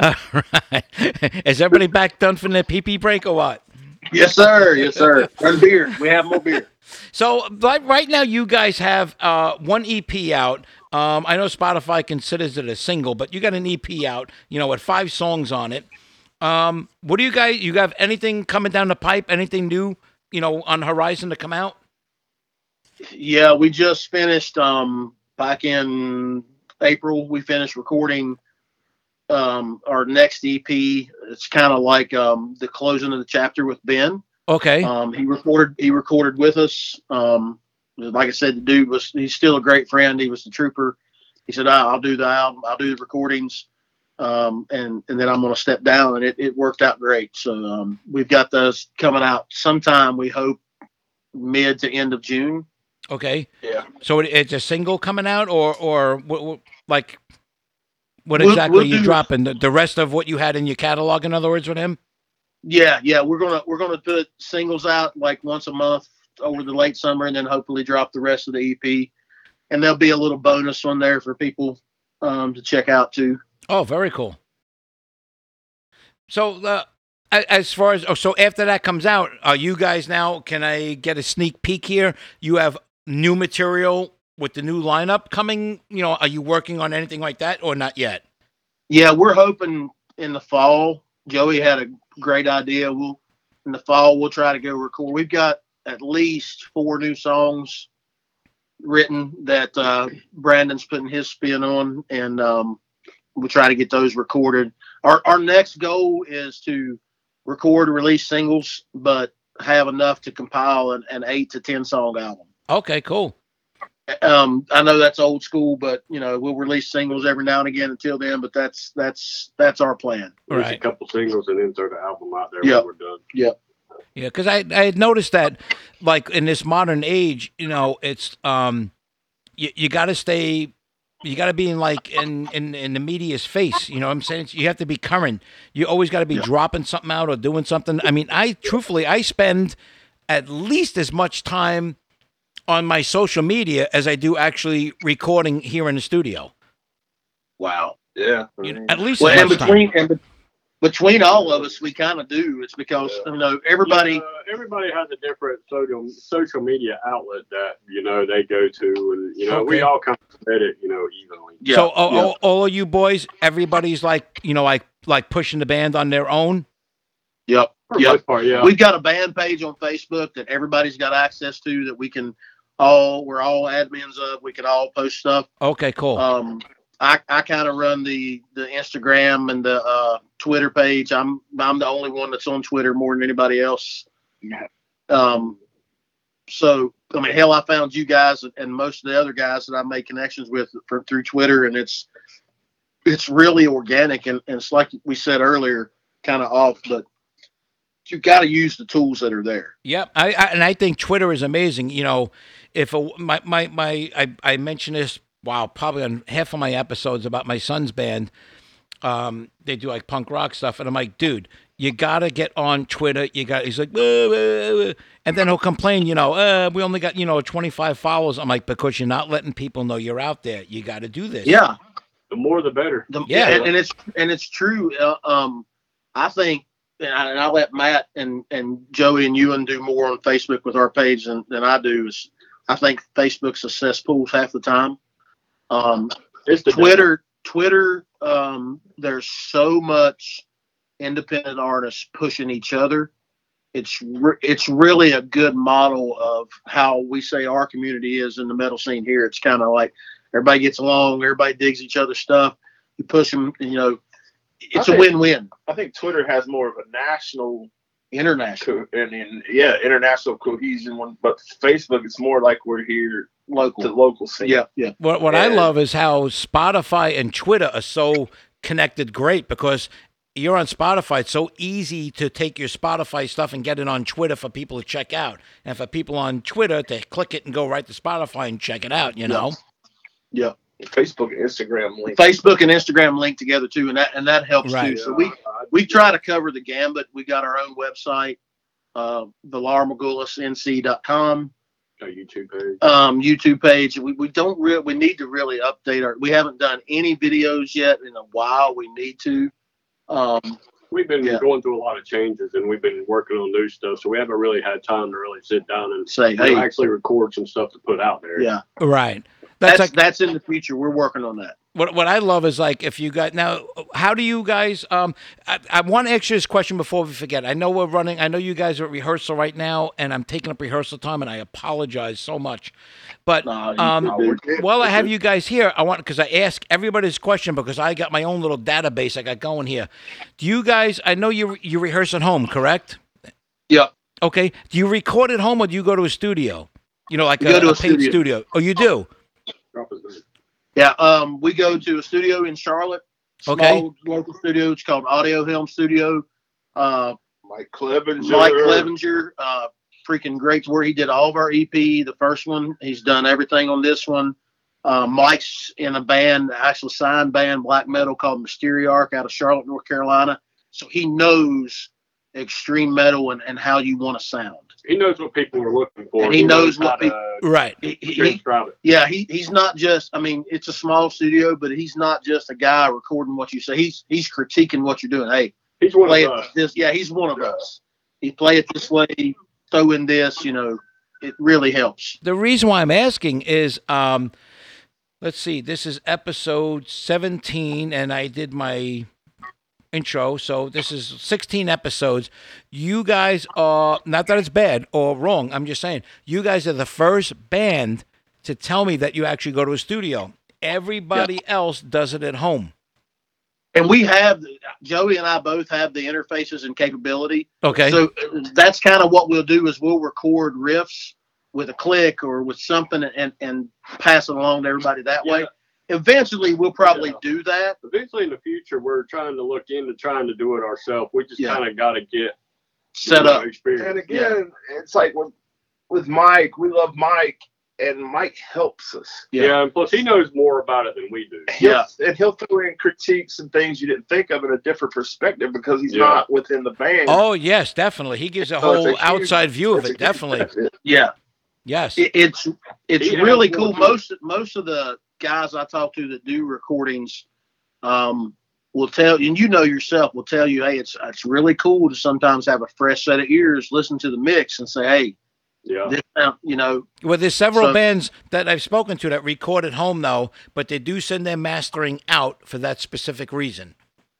E: All right. Is everybody back done from their pee pee break or what?
G: yes, sir. Yes, sir. And beer. We have more beer.
E: So like right now, you guys have uh, one EP out. Um, I know Spotify considers it a single, but you got an EP out. You know, with five songs on it. Um, what do you guys? You have anything coming down the pipe? Anything new? You know, on the horizon to come out?
G: Yeah, we just finished um back in April. We finished recording um, our next EP. It's kind of like um, the closing of the chapter with Ben.
E: Okay.
G: Um, he recorded. He recorded with us. Um, like I said, the dude was. He's still a great friend. He was the trooper. He said, "I- "I'll do the album. I'll do the recordings, um, and and then I'm going to step down." And it, it worked out great. So um, we've got those coming out sometime. We hope mid to end of June.
E: Okay.
G: Yeah.
E: So it, it's a single coming out, or or wh- wh- like what
G: We'll-
E: exactly
G: we'll
E: are you
G: do-
E: dropping? The, the rest of what you had in your catalog, in other words, with him.
G: Yeah, yeah, we're gonna we're gonna put singles out like once a month over the late summer, and then hopefully drop the rest of the EP. And there'll be a little bonus on there for people um, to check out too.
E: Oh, very cool. So uh, a- as far as oh, so after that comes out, are you guys now? Can I get a sneak peek here? You have new material with the new lineup coming. You know, are you working on anything like that, or not yet?
G: Yeah, we're hoping in the fall. Joey had a great idea. We'll in the fall we'll try to go record. We've got at least four new songs written that uh, Brandon's putting his spin on, and um, we'll try to get those recorded. Our our next goal is to record release singles, but have enough to compile an, an eight to ten song album.
E: Okay, cool.
G: Um, I know that's old school, but you know we'll release singles every now and again until then. But that's that's that's our plan.
J: There's a couple singles and then throw the album out there
G: Yeah.
J: when we're done.
G: Yeah.
E: Yeah, because I I had noticed that, like in this modern age, you know, it's um, you, you got to stay, you got to be in like in, in in the media's face. You know what I'm saying? You have to be current. You always got to be dropping something out or doing something. I mean, I truthfully I spend at least as much time on my social media as I do actually recording here in the studio.
G: Wow.
H: Yeah.
E: At least
G: Well,
E: as
G: in
E: much time.
G: between, in be- between all of us, we kind of do. It's because you know everybody.
J: Yeah, uh, everybody has a different social social media outlet that you know they go to, and you know we
E: Okay.
J: all kind of spread it, you know, evenly.
E: so uh, all, all, all of you boys, everybody's like you know like like pushing the band on their own.
G: Yep.
J: For the
G: yep.
J: most part, yeah.
G: We've got a band page on Facebook that everybody's got access to that we can all we're all admins of. We can all post stuff.
E: Okay, cool.
G: Um, I, I kind of run the the Instagram and the uh, Twitter page. I'm I'm the only one that's on Twitter more than anybody else. Um, so I mean, hell, I found you guys and most of the other guys that I made connections with from through Twitter, and it's it's really organic and, and it's like we said earlier, kind of off, but you got to use the tools that are there.
E: Yep, I, I and I think Twitter is amazing. You know, if a, my my my I I mentioned this wow probably on half of my episodes about my son's band. Um, they do like punk rock stuff, and I'm like, dude, you gotta get on Twitter. You got. He's like, "Wah, wah, wah," and then he'll complain. You know, uh, we only got you know 25 followers. I'm like, because you're not letting people know you're out there. You got to do this.
G: Yeah,
J: The more, the better.
G: The,
E: Yeah.
G: and, and it's and it's true. Uh, um, I think, and, I, and I'll let Matt and and Joey and Ewan do more on Facebook with our page than, than I do. Is I think Facebook's a cesspool half the time. Um,
J: It's the
G: Twitter, Twitter. Um, there's so much independent artists pushing each other. It's re- it's really a good model of how we say our community is in the metal scene here. It's kind of like everybody gets along, everybody digs each other's stuff. You push them, you know. It's a
H: Okay.
G: win-win.
H: I think Twitter has more of a national
G: International,
H: co- and, and yeah, international cohesion one, but Facebook it's more like we're here
G: local
H: to local scene.
G: Yeah, yeah.
E: What what I
H: Yeah.
E: love is how Spotify and Twitter are so connected great because you're on Spotify. It's so easy to take your Spotify stuff and get it on Twitter for people to check out. And for people on Twitter to click it and go right to Spotify and check it out, you know?
G: Yeah.
H: Facebook and Instagram link.
G: Facebook and Instagram link together too, and that and that helps
E: Right.
G: too. So we we try to cover the gambit. We got our own website, uh, ValarMagulisNC.com,
J: A YouTube page.
G: um, YouTube page. We, we don't really we need to really update our. We haven't done any videos yet in a while. We need to. Um,
J: We've been
G: Yeah.
J: going through a lot of changes, and we've been working on new stuff, so we haven't really had time to really sit down and
G: Say,
J: you know,
G: hey.
J: actually record some stuff to put out there.
G: yeah,
E: Right.
G: that's
E: That's
G: that's,
E: like
G: in the future. We're working on that.
E: What, what I love is like if you got now, how do you guys? Um, I, I one extra question before we forget. I know we're running. I know you guys are at rehearsal right now, and I'm taking up rehearsal time, and I apologize so much. But um,
A: No, we're good.
E: while I
A: We're
E: have
A: good.
E: you guys here, I want because I ask everybody's question because I got my own little database I got going here. Do you guys? I know you you rehearse at home, correct?
G: Yeah.
E: Okay. Do you record at home or do you go to a studio? You know, like
G: We go
E: a,
G: to
E: a
G: a
E: paid
G: studio.
E: studio. Oh, you do.
G: Yeah, um, we go to a studio in Charlotte. Small
E: Okay.
G: local studio. It's called Audio Helm Studio. Uh,
H: Mike Clevenger.
G: Mike Clevenger, uh, freaking great. Where he did all of our EP, the first one. He's done everything on this one. Uh, Mike's in a band, actually signed band, black metal called Mysteriarch out of Charlotte, North Carolina. So he knows extreme metal and, and how you want to sound.
J: He knows what people are looking for.
G: And he knows what
J: how
G: peop-
J: to
E: Right.
J: describe it.
G: Yeah, he, he's not just. I mean, it's a small studio, but he's not just a guy recording what you say. He's he's critiquing what you're doing. Hey,
J: he's one of
G: play it
J: us.
G: This, yeah, he's one of us. He play it this way, throw in this. You know, it really helps.
E: The reason why I'm asking is, um, let's see, this is episode 17, and I did my intro, so this is 16 episodes. You guys are not that it's bad or wrong. I'm just saying you guys are the first band to tell me that you actually go to a studio. Everybody else does it at home.
G: And we have Joey and I both have the interfaces and capability.
E: Okay.
G: So uh, that's kind of what we'll do is we'll record riffs with a click or with something and and pass it along to everybody that way. Eventually, we'll probably
J: Yeah.
G: do that.
J: Eventually, in the future, we're trying to look into trying to do it ourselves. We just
G: Yeah.
J: kind of got to get
G: Set
J: you know,
G: up.
J: experience.
H: And again, it's like with with Mike, we love Mike, and Mike helps us.
J: Yeah. and plus he knows more about it than we do.
G: Yeah.
H: and he'll throw in critiques and things you didn't think of in a different perspective because he's
J: Yeah.
H: not within the band.
E: Oh, yes, definitely. He gives a
H: So it's a
E: whole
H: huge-
E: outside view of
H: it's a
E: it,
H: huge
E: definitely.
H: benefit.
G: Yeah.
E: Yes.
G: It- it's it's
J: Yeah,
G: really
J: we'll
G: cool.
J: do it.
G: Most most of the guys I talk to that do recordings um, will tell and you know yourself will tell you, hey, it's it's really cool to sometimes have a fresh set of ears, listen to the mix, and say, hey,
J: Yeah.
G: this sound, you know,
E: Well, there's several
G: So-
E: bands that I've spoken to that record at home though, but they do send their mastering out for that specific reason.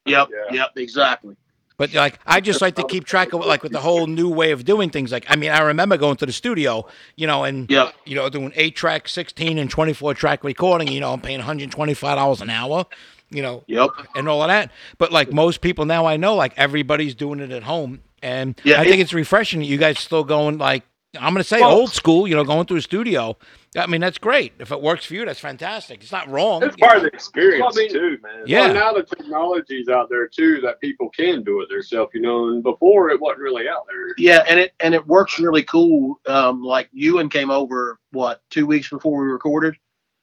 G: yep,
H: Yeah.
G: yep, exactly.
E: But like, I just like to keep track of like with the whole new way of doing things. Like, I mean, I remember going to the studio, you know, and
G: Yep.
E: you know, doing eight track, sixteen and twenty four track recording. You know, I'm paying 125 dollars an hour, you know,
G: Yep.
E: and all of that. But like most people now, I know like everybody's doing it at home, and
G: Yeah,
E: I think
G: it-
E: it's refreshing. that You guys still going like I'm gonna say
G: Well-
E: old school, you know, going to a studio. I mean, that's great. If it works for you, that's fantastic. It's not wrong.
H: It's
E: you
H: part of
E: know.
H: the experience
J: Well, I mean-
H: too, man.
E: Yeah.
J: Well, now the technology's out there too that people can do it themselves, you know, and before it wasn't really out there.
G: Yeah, and it and it works really cool. Um, like Ewan came over what two weeks before we recorded,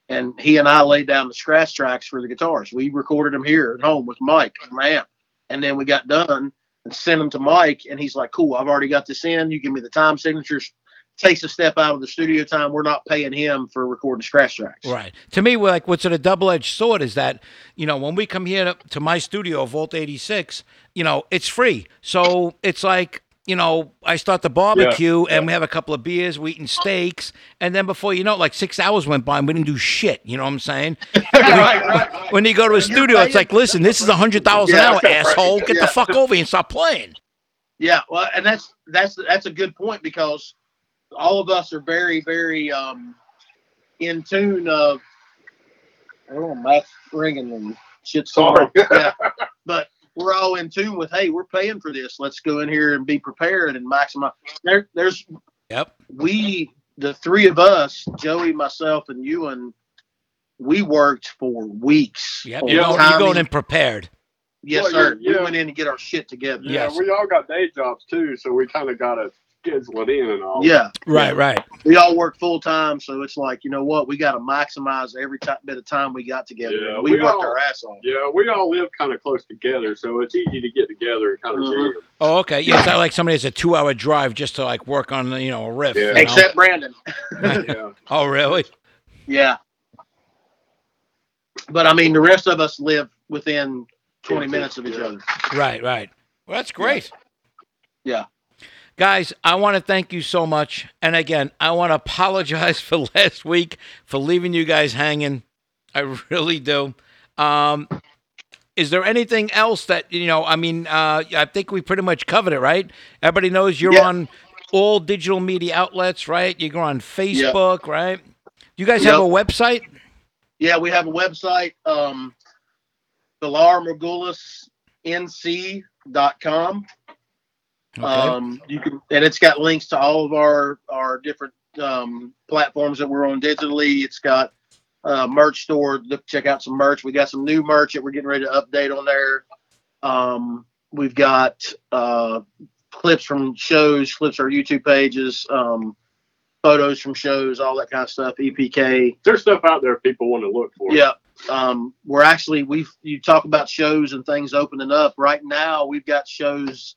G: and he and I laid down the scratch tracks for the guitars. We recorded them here at home with Mike and Amp, and then we got done and sent them to Mike, and he's like, "Cool, I've already got this in. You give me the time signatures." Takes a step out of the studio time. We're not paying him for recording scratch tracks.
E: Right. To me, we're like what's a double edged sword is that, you know, when we come here to, to my studio, Vault 86, you know, it's free. So it's like, you know, I start the barbecue and we have a couple of beers, we're eating steaks. And then before you know it, like six hours went by and we didn't do shit. You know what I'm saying? When you go to a studio, it's like, listen, this is a $100 an
G: Yeah,
E: hour,
G: right.
E: asshole. Get
G: Yeah.
E: the fuck over here and stop playing.
G: Yeah, well, and that's that's that's a good point because all of us are very very um in tune of oh Matt's ringing and shit's
H: Sorry.
G: going on. yeah, but we're all in tune with hey we're paying for this let's go in here and be prepared and maximize there there's
E: Yep.
G: we the three of us Joey myself and you and we worked for weeks
E: Yep.
G: on
E: You're, going, you're
G: timing.
E: going in prepared.
G: yes
J: Well,
G: sir
J: yeah, yeah.
G: we went in to get our shit together
J: Yeah,
E: Yes.
J: we all got day jobs too, so we kind of got to schedule it in and all.
G: yeah
E: Right, right.
G: we all work full time, so it's like you know what we got to maximize every ti bit of time we got together.
J: Yeah,
G: we,
J: we
G: worked
J: all-
G: our ass off.
J: Yeah, we all live kind of close together, so it's easy to get together and kind of
G: Mhm.
H: Mm-hmm.
J: jam.
E: Oh, okay. Yeah, it's not like somebody has a two hour drive just to like work on, you know, a riff.
J: Yeah.
E: you know?
G: Except Brandon,
J: Yeah.
E: oh, really?
G: yeah. But I mean, the rest of us live within 20 minutes of each other.
E: Right, right. Well, that's great.
G: Yeah.
E: Guys, I want to thank you so much. And again, I want to apologize for last week for leaving you guys hanging. I really do. Um, is there anything else that you know? I mean, uh, I think we pretty much covered it, right? Everybody knows you're on all digital media outlets, right? You're on Facebook, right? You guys have a
G: Yep.
E: website?
G: Yeah, we have a website, um, BilarMorgulisNC.com. Um, you can, and it's got links to all of our, our different um, platforms that we're on digitally. It's got uh, merch store. Look, check out some merch. We got some new merch that we're getting ready to update on there. Um, we've got uh, clips from shows, clips from our YouTube pages, um, photos from shows, all that kind of stuff. E EPK.
J: There's stuff out there people want to look for.
G: Yeah. Um, we're actually we've you talk about shows and things opening up. Right now we've got shows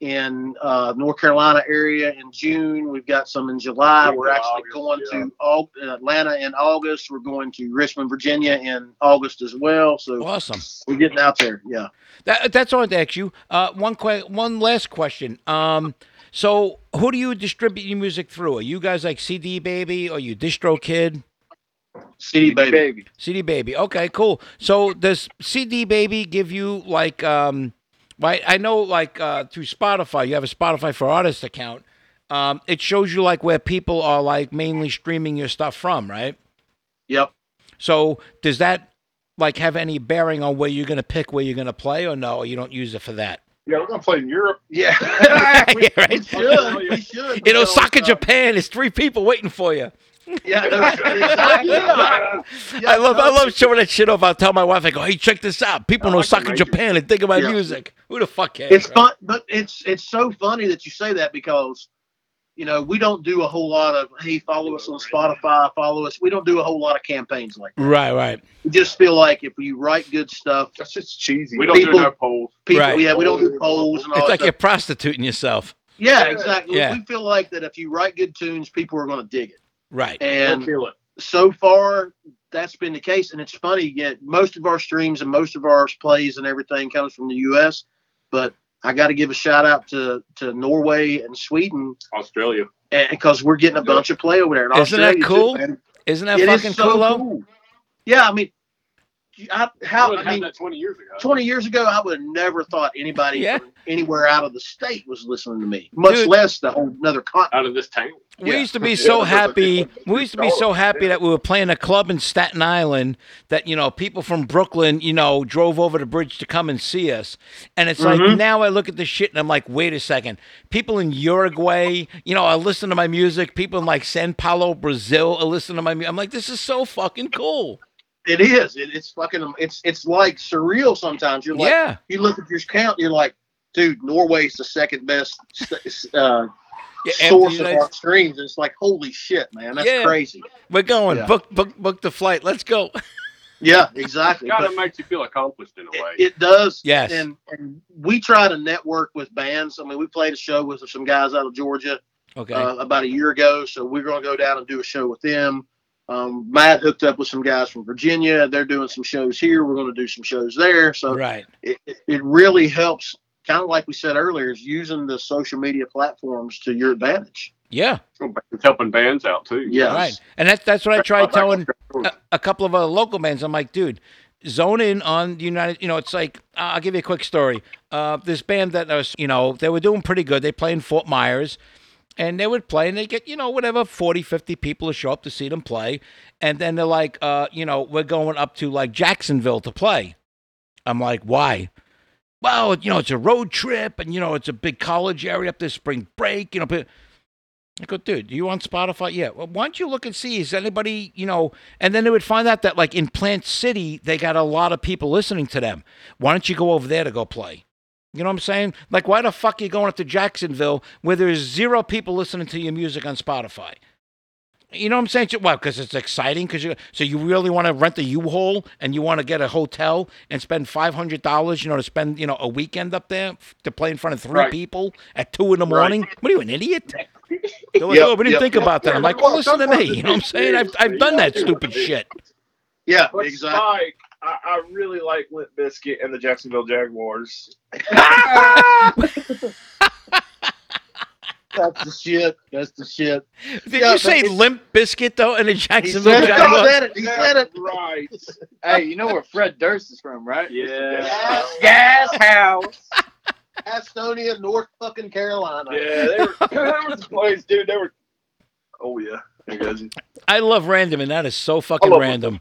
G: in uh, North Carolina area in June. We've got some in July. We're actually going to all Atlanta in August. We're going to Richmond, Virginia in August as well. So
E: awesome.
G: We're getting out there. Yeah.
E: That, that's all I wanted to ask you. Uh, one que- one last question. Um, so who do you distribute your music through? Are you guys like CD Baby or you Distro Kid?
G: CD Baby.
E: CD Baby. Okay, cool. So does CD Baby give you like um, right? I know like uh, through Spotify, you have a Spotify for Artists account. Um, it shows you like where people are like mainly streaming your stuff from, right?
G: Yep.
E: So does that like have any bearing on where you're gonna pick where you're gonna play, or no? You don't use it for that.
H: Yeah, we're gonna play in Europe.
G: Yeah.
E: Yeah, right?
G: should. We should.
E: In Osaka, Japan, there's three people waiting for you.
G: Yeah. no, exactly. Yeah.
E: I love I love showing that shit off. I'll tell my wife, I go, hey, check this out. People in Osaka, Japan, they think of my
G: Yeah.
E: music. Who the fuck cares?
G: It's
E: right?
G: fun, but it's it's so funny that you say that because you know we don't do a whole lot of hey follow us on Spotify, follow us. We don't do a whole lot of campaigns like that.
E: Right, right.
G: We just feel like if you write good stuff, that's just cheesy.
J: We don't do no polls.
G: People,
E: Right.
G: yeah, we don't do polls and all
E: It's
G: that
E: like you're
G: stuff.
E: prostituting yourself.
G: Yeah, exactly.
E: Yeah.
G: We feel like that if you write good tunes, people are going to dig it.
E: Right.
G: And so far, that's been the case. And it's funny, yet most of our streams and most of our plays and everything comes from the U.S. But I got to give a shout out to to Norway and Sweden
J: Australia.
G: because we're getting a bunch of play over there. In
E: Isn't that
G: Australia, too,
E: cool?
G: man.
E: Isn't that
G: It is
E: fucking
G: so
E: cool, though?
G: cool. Yeah, I mean, I, how I mean,
J: twenty years ago.
G: Twenty years ago, I would have never thought anybody
E: Yeah.
G: from anywhere out of the state was listening to me, much
E: Dude.
G: less the whole another continent.
H: Uh,
J: Out of this town.
E: We used to be so happy. We used to be so happy that we were playing a club in Staten Island that you know people from Brooklyn, you know, drove over the bridge to come and see us. And it's like
G: Mhm.
E: now I look at this shit and I'm like, wait a second. People in Uruguay, you know, are listening to my music. People in like San Paulo, Brazil, are listening to my music. I'm like, this is so fucking cool.
G: It is. It, it's fucking. It's it's like surreal sometimes. You're like,
E: Yeah.
G: You look at your count. You're like, dude, Norway's the second best s- uh,
E: Yeah, after
G: source of
E: United-
G: our streams. It's like, holy shit, man, that's
E: Yeah.
G: crazy.
E: We're going
G: Yeah.
E: book book book the flight. Let's go.
G: Yeah, exactly.
J: God,
G: But
J: it makes you feel accomplished in a way.
G: it does.
E: Yes.
G: And, and we try to network with bands. I mean, we played a show with some guys out of Georgia.
E: Okay.
G: uh, about a year ago. So we're going to go down and do a show with them. Um, Matt hooked up with some guys from Virginia. They're doing some shows here. We're going to do some shows there. So
E: right.
G: it, it- it really helps, kind of like we said earlier, is using the social media platforms to your advantage.
E: Yeah.
J: Oh, It's helping bands out too.
G: Yes.
E: Right. And that's that's what I tried telling a, a couple of other local bands. I'm like, dude, zone in on the United. You know, it's like uh, I'll give you a quick story. Uh, this band that was, you know, they were doing pretty good. They play in Fort Myers. And they would play, and they get, you know, whatever, 40, 50 people to show up to see them play. And then they're like, uh, you know, we're going up to like Jacksonville to play. I'm like, why? Well, you know, it's a road trip, and, you know, it's a big college area up there, spring break, you know. but- I go, dude, you on Spotify? Yeah. Well, why don't you look and see? Is anybody, you know? And then they would find out that, like, in Plant City, they got a lot of people listening to them. Why don't you go over there to go play? You know what I'm saying? Like, why the fuck are you going up to Jacksonville where there's zero people listening to your music on Spotify? You know what I'm saying? So- Well, because it's exciting. Because you so you really want to rent a U-Haul and you want to get a hotel and spend five hundred dollars, you know, to spend you know a weekend up there f- to play in front of three
J: Right.
E: people at two in the
J: Right.
E: morning. What are you, an idiot? They're like,
G: Yep,
E: oh, we didn't
G: yep,
E: think
G: yep,
E: about that. I'm
G: yep.
E: like, well, listen to me. You know what I'm saying? I've I've done that stupid shit.
G: Yeah,
H: But
G: exactly.
H: Spike, I, I really like Limp Biscuit and the Jacksonville Jaguars.
G: That's the shit. That's the shit.
E: Did
G: Yeah,
E: you
G: but
E: say
G: it's-
E: Limp Biscuit though? And the Jacksonville
G: said it.
E: Jaguars?
G: He said it. He said it.
L: Right.
I: Hey, you know where Fred Durst is from, right?
M: Yeah.
I: Gas house.
G: Gastonia, North fucking Carolina.
L: Yeah, they were, that was the place, dude. They were. Oh yeah, I got you.
E: I love random, and that is so fucking
L: love
E: random.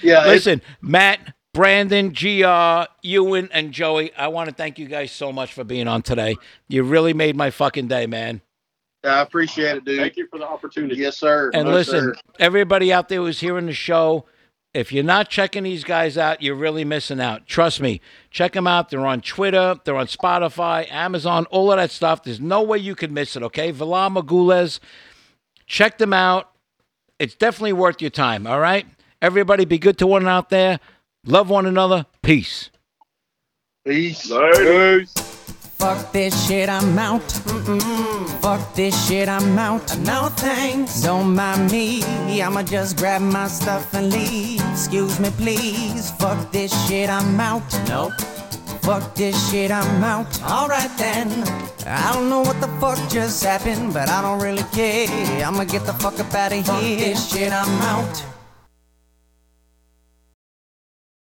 G: Yeah, it-
E: Listen, Matt, Brandon, Gr, Ewan, and Joey, I want to thank you guys so much for being on today. You really made my fucking day, man.
G: I appreciate it, dude. Thank
M: you for the opportunity.
G: Yes, sir.
E: And
G: No,
E: listen,
G: sir.
E: everybody out there who's hearing the show, if you're not checking these guys out, you're really missing out. Trust me. Check them out. They're on Twitter, they're on Spotify, Amazon, all of that stuff. There's no way you could miss it, okay? Vila Magules, check them out. It's definitely worth your time, all right? Everybody be good to one out there. Love one another. Peace.
G: Peace.
H: Fuck this shit, I'm out. Fuck this shit, I'm out. No thanks. Don't mind me. I'ma just grab my stuff and leave. Excuse me, please. Fuck this shit, I'm out. Nope. Fuck this shit, I'm out. Alright then. I don't know what the fuck just happened, but I don't really care. I'ma get the fuck up out of here. Fuck this shit, I'm out.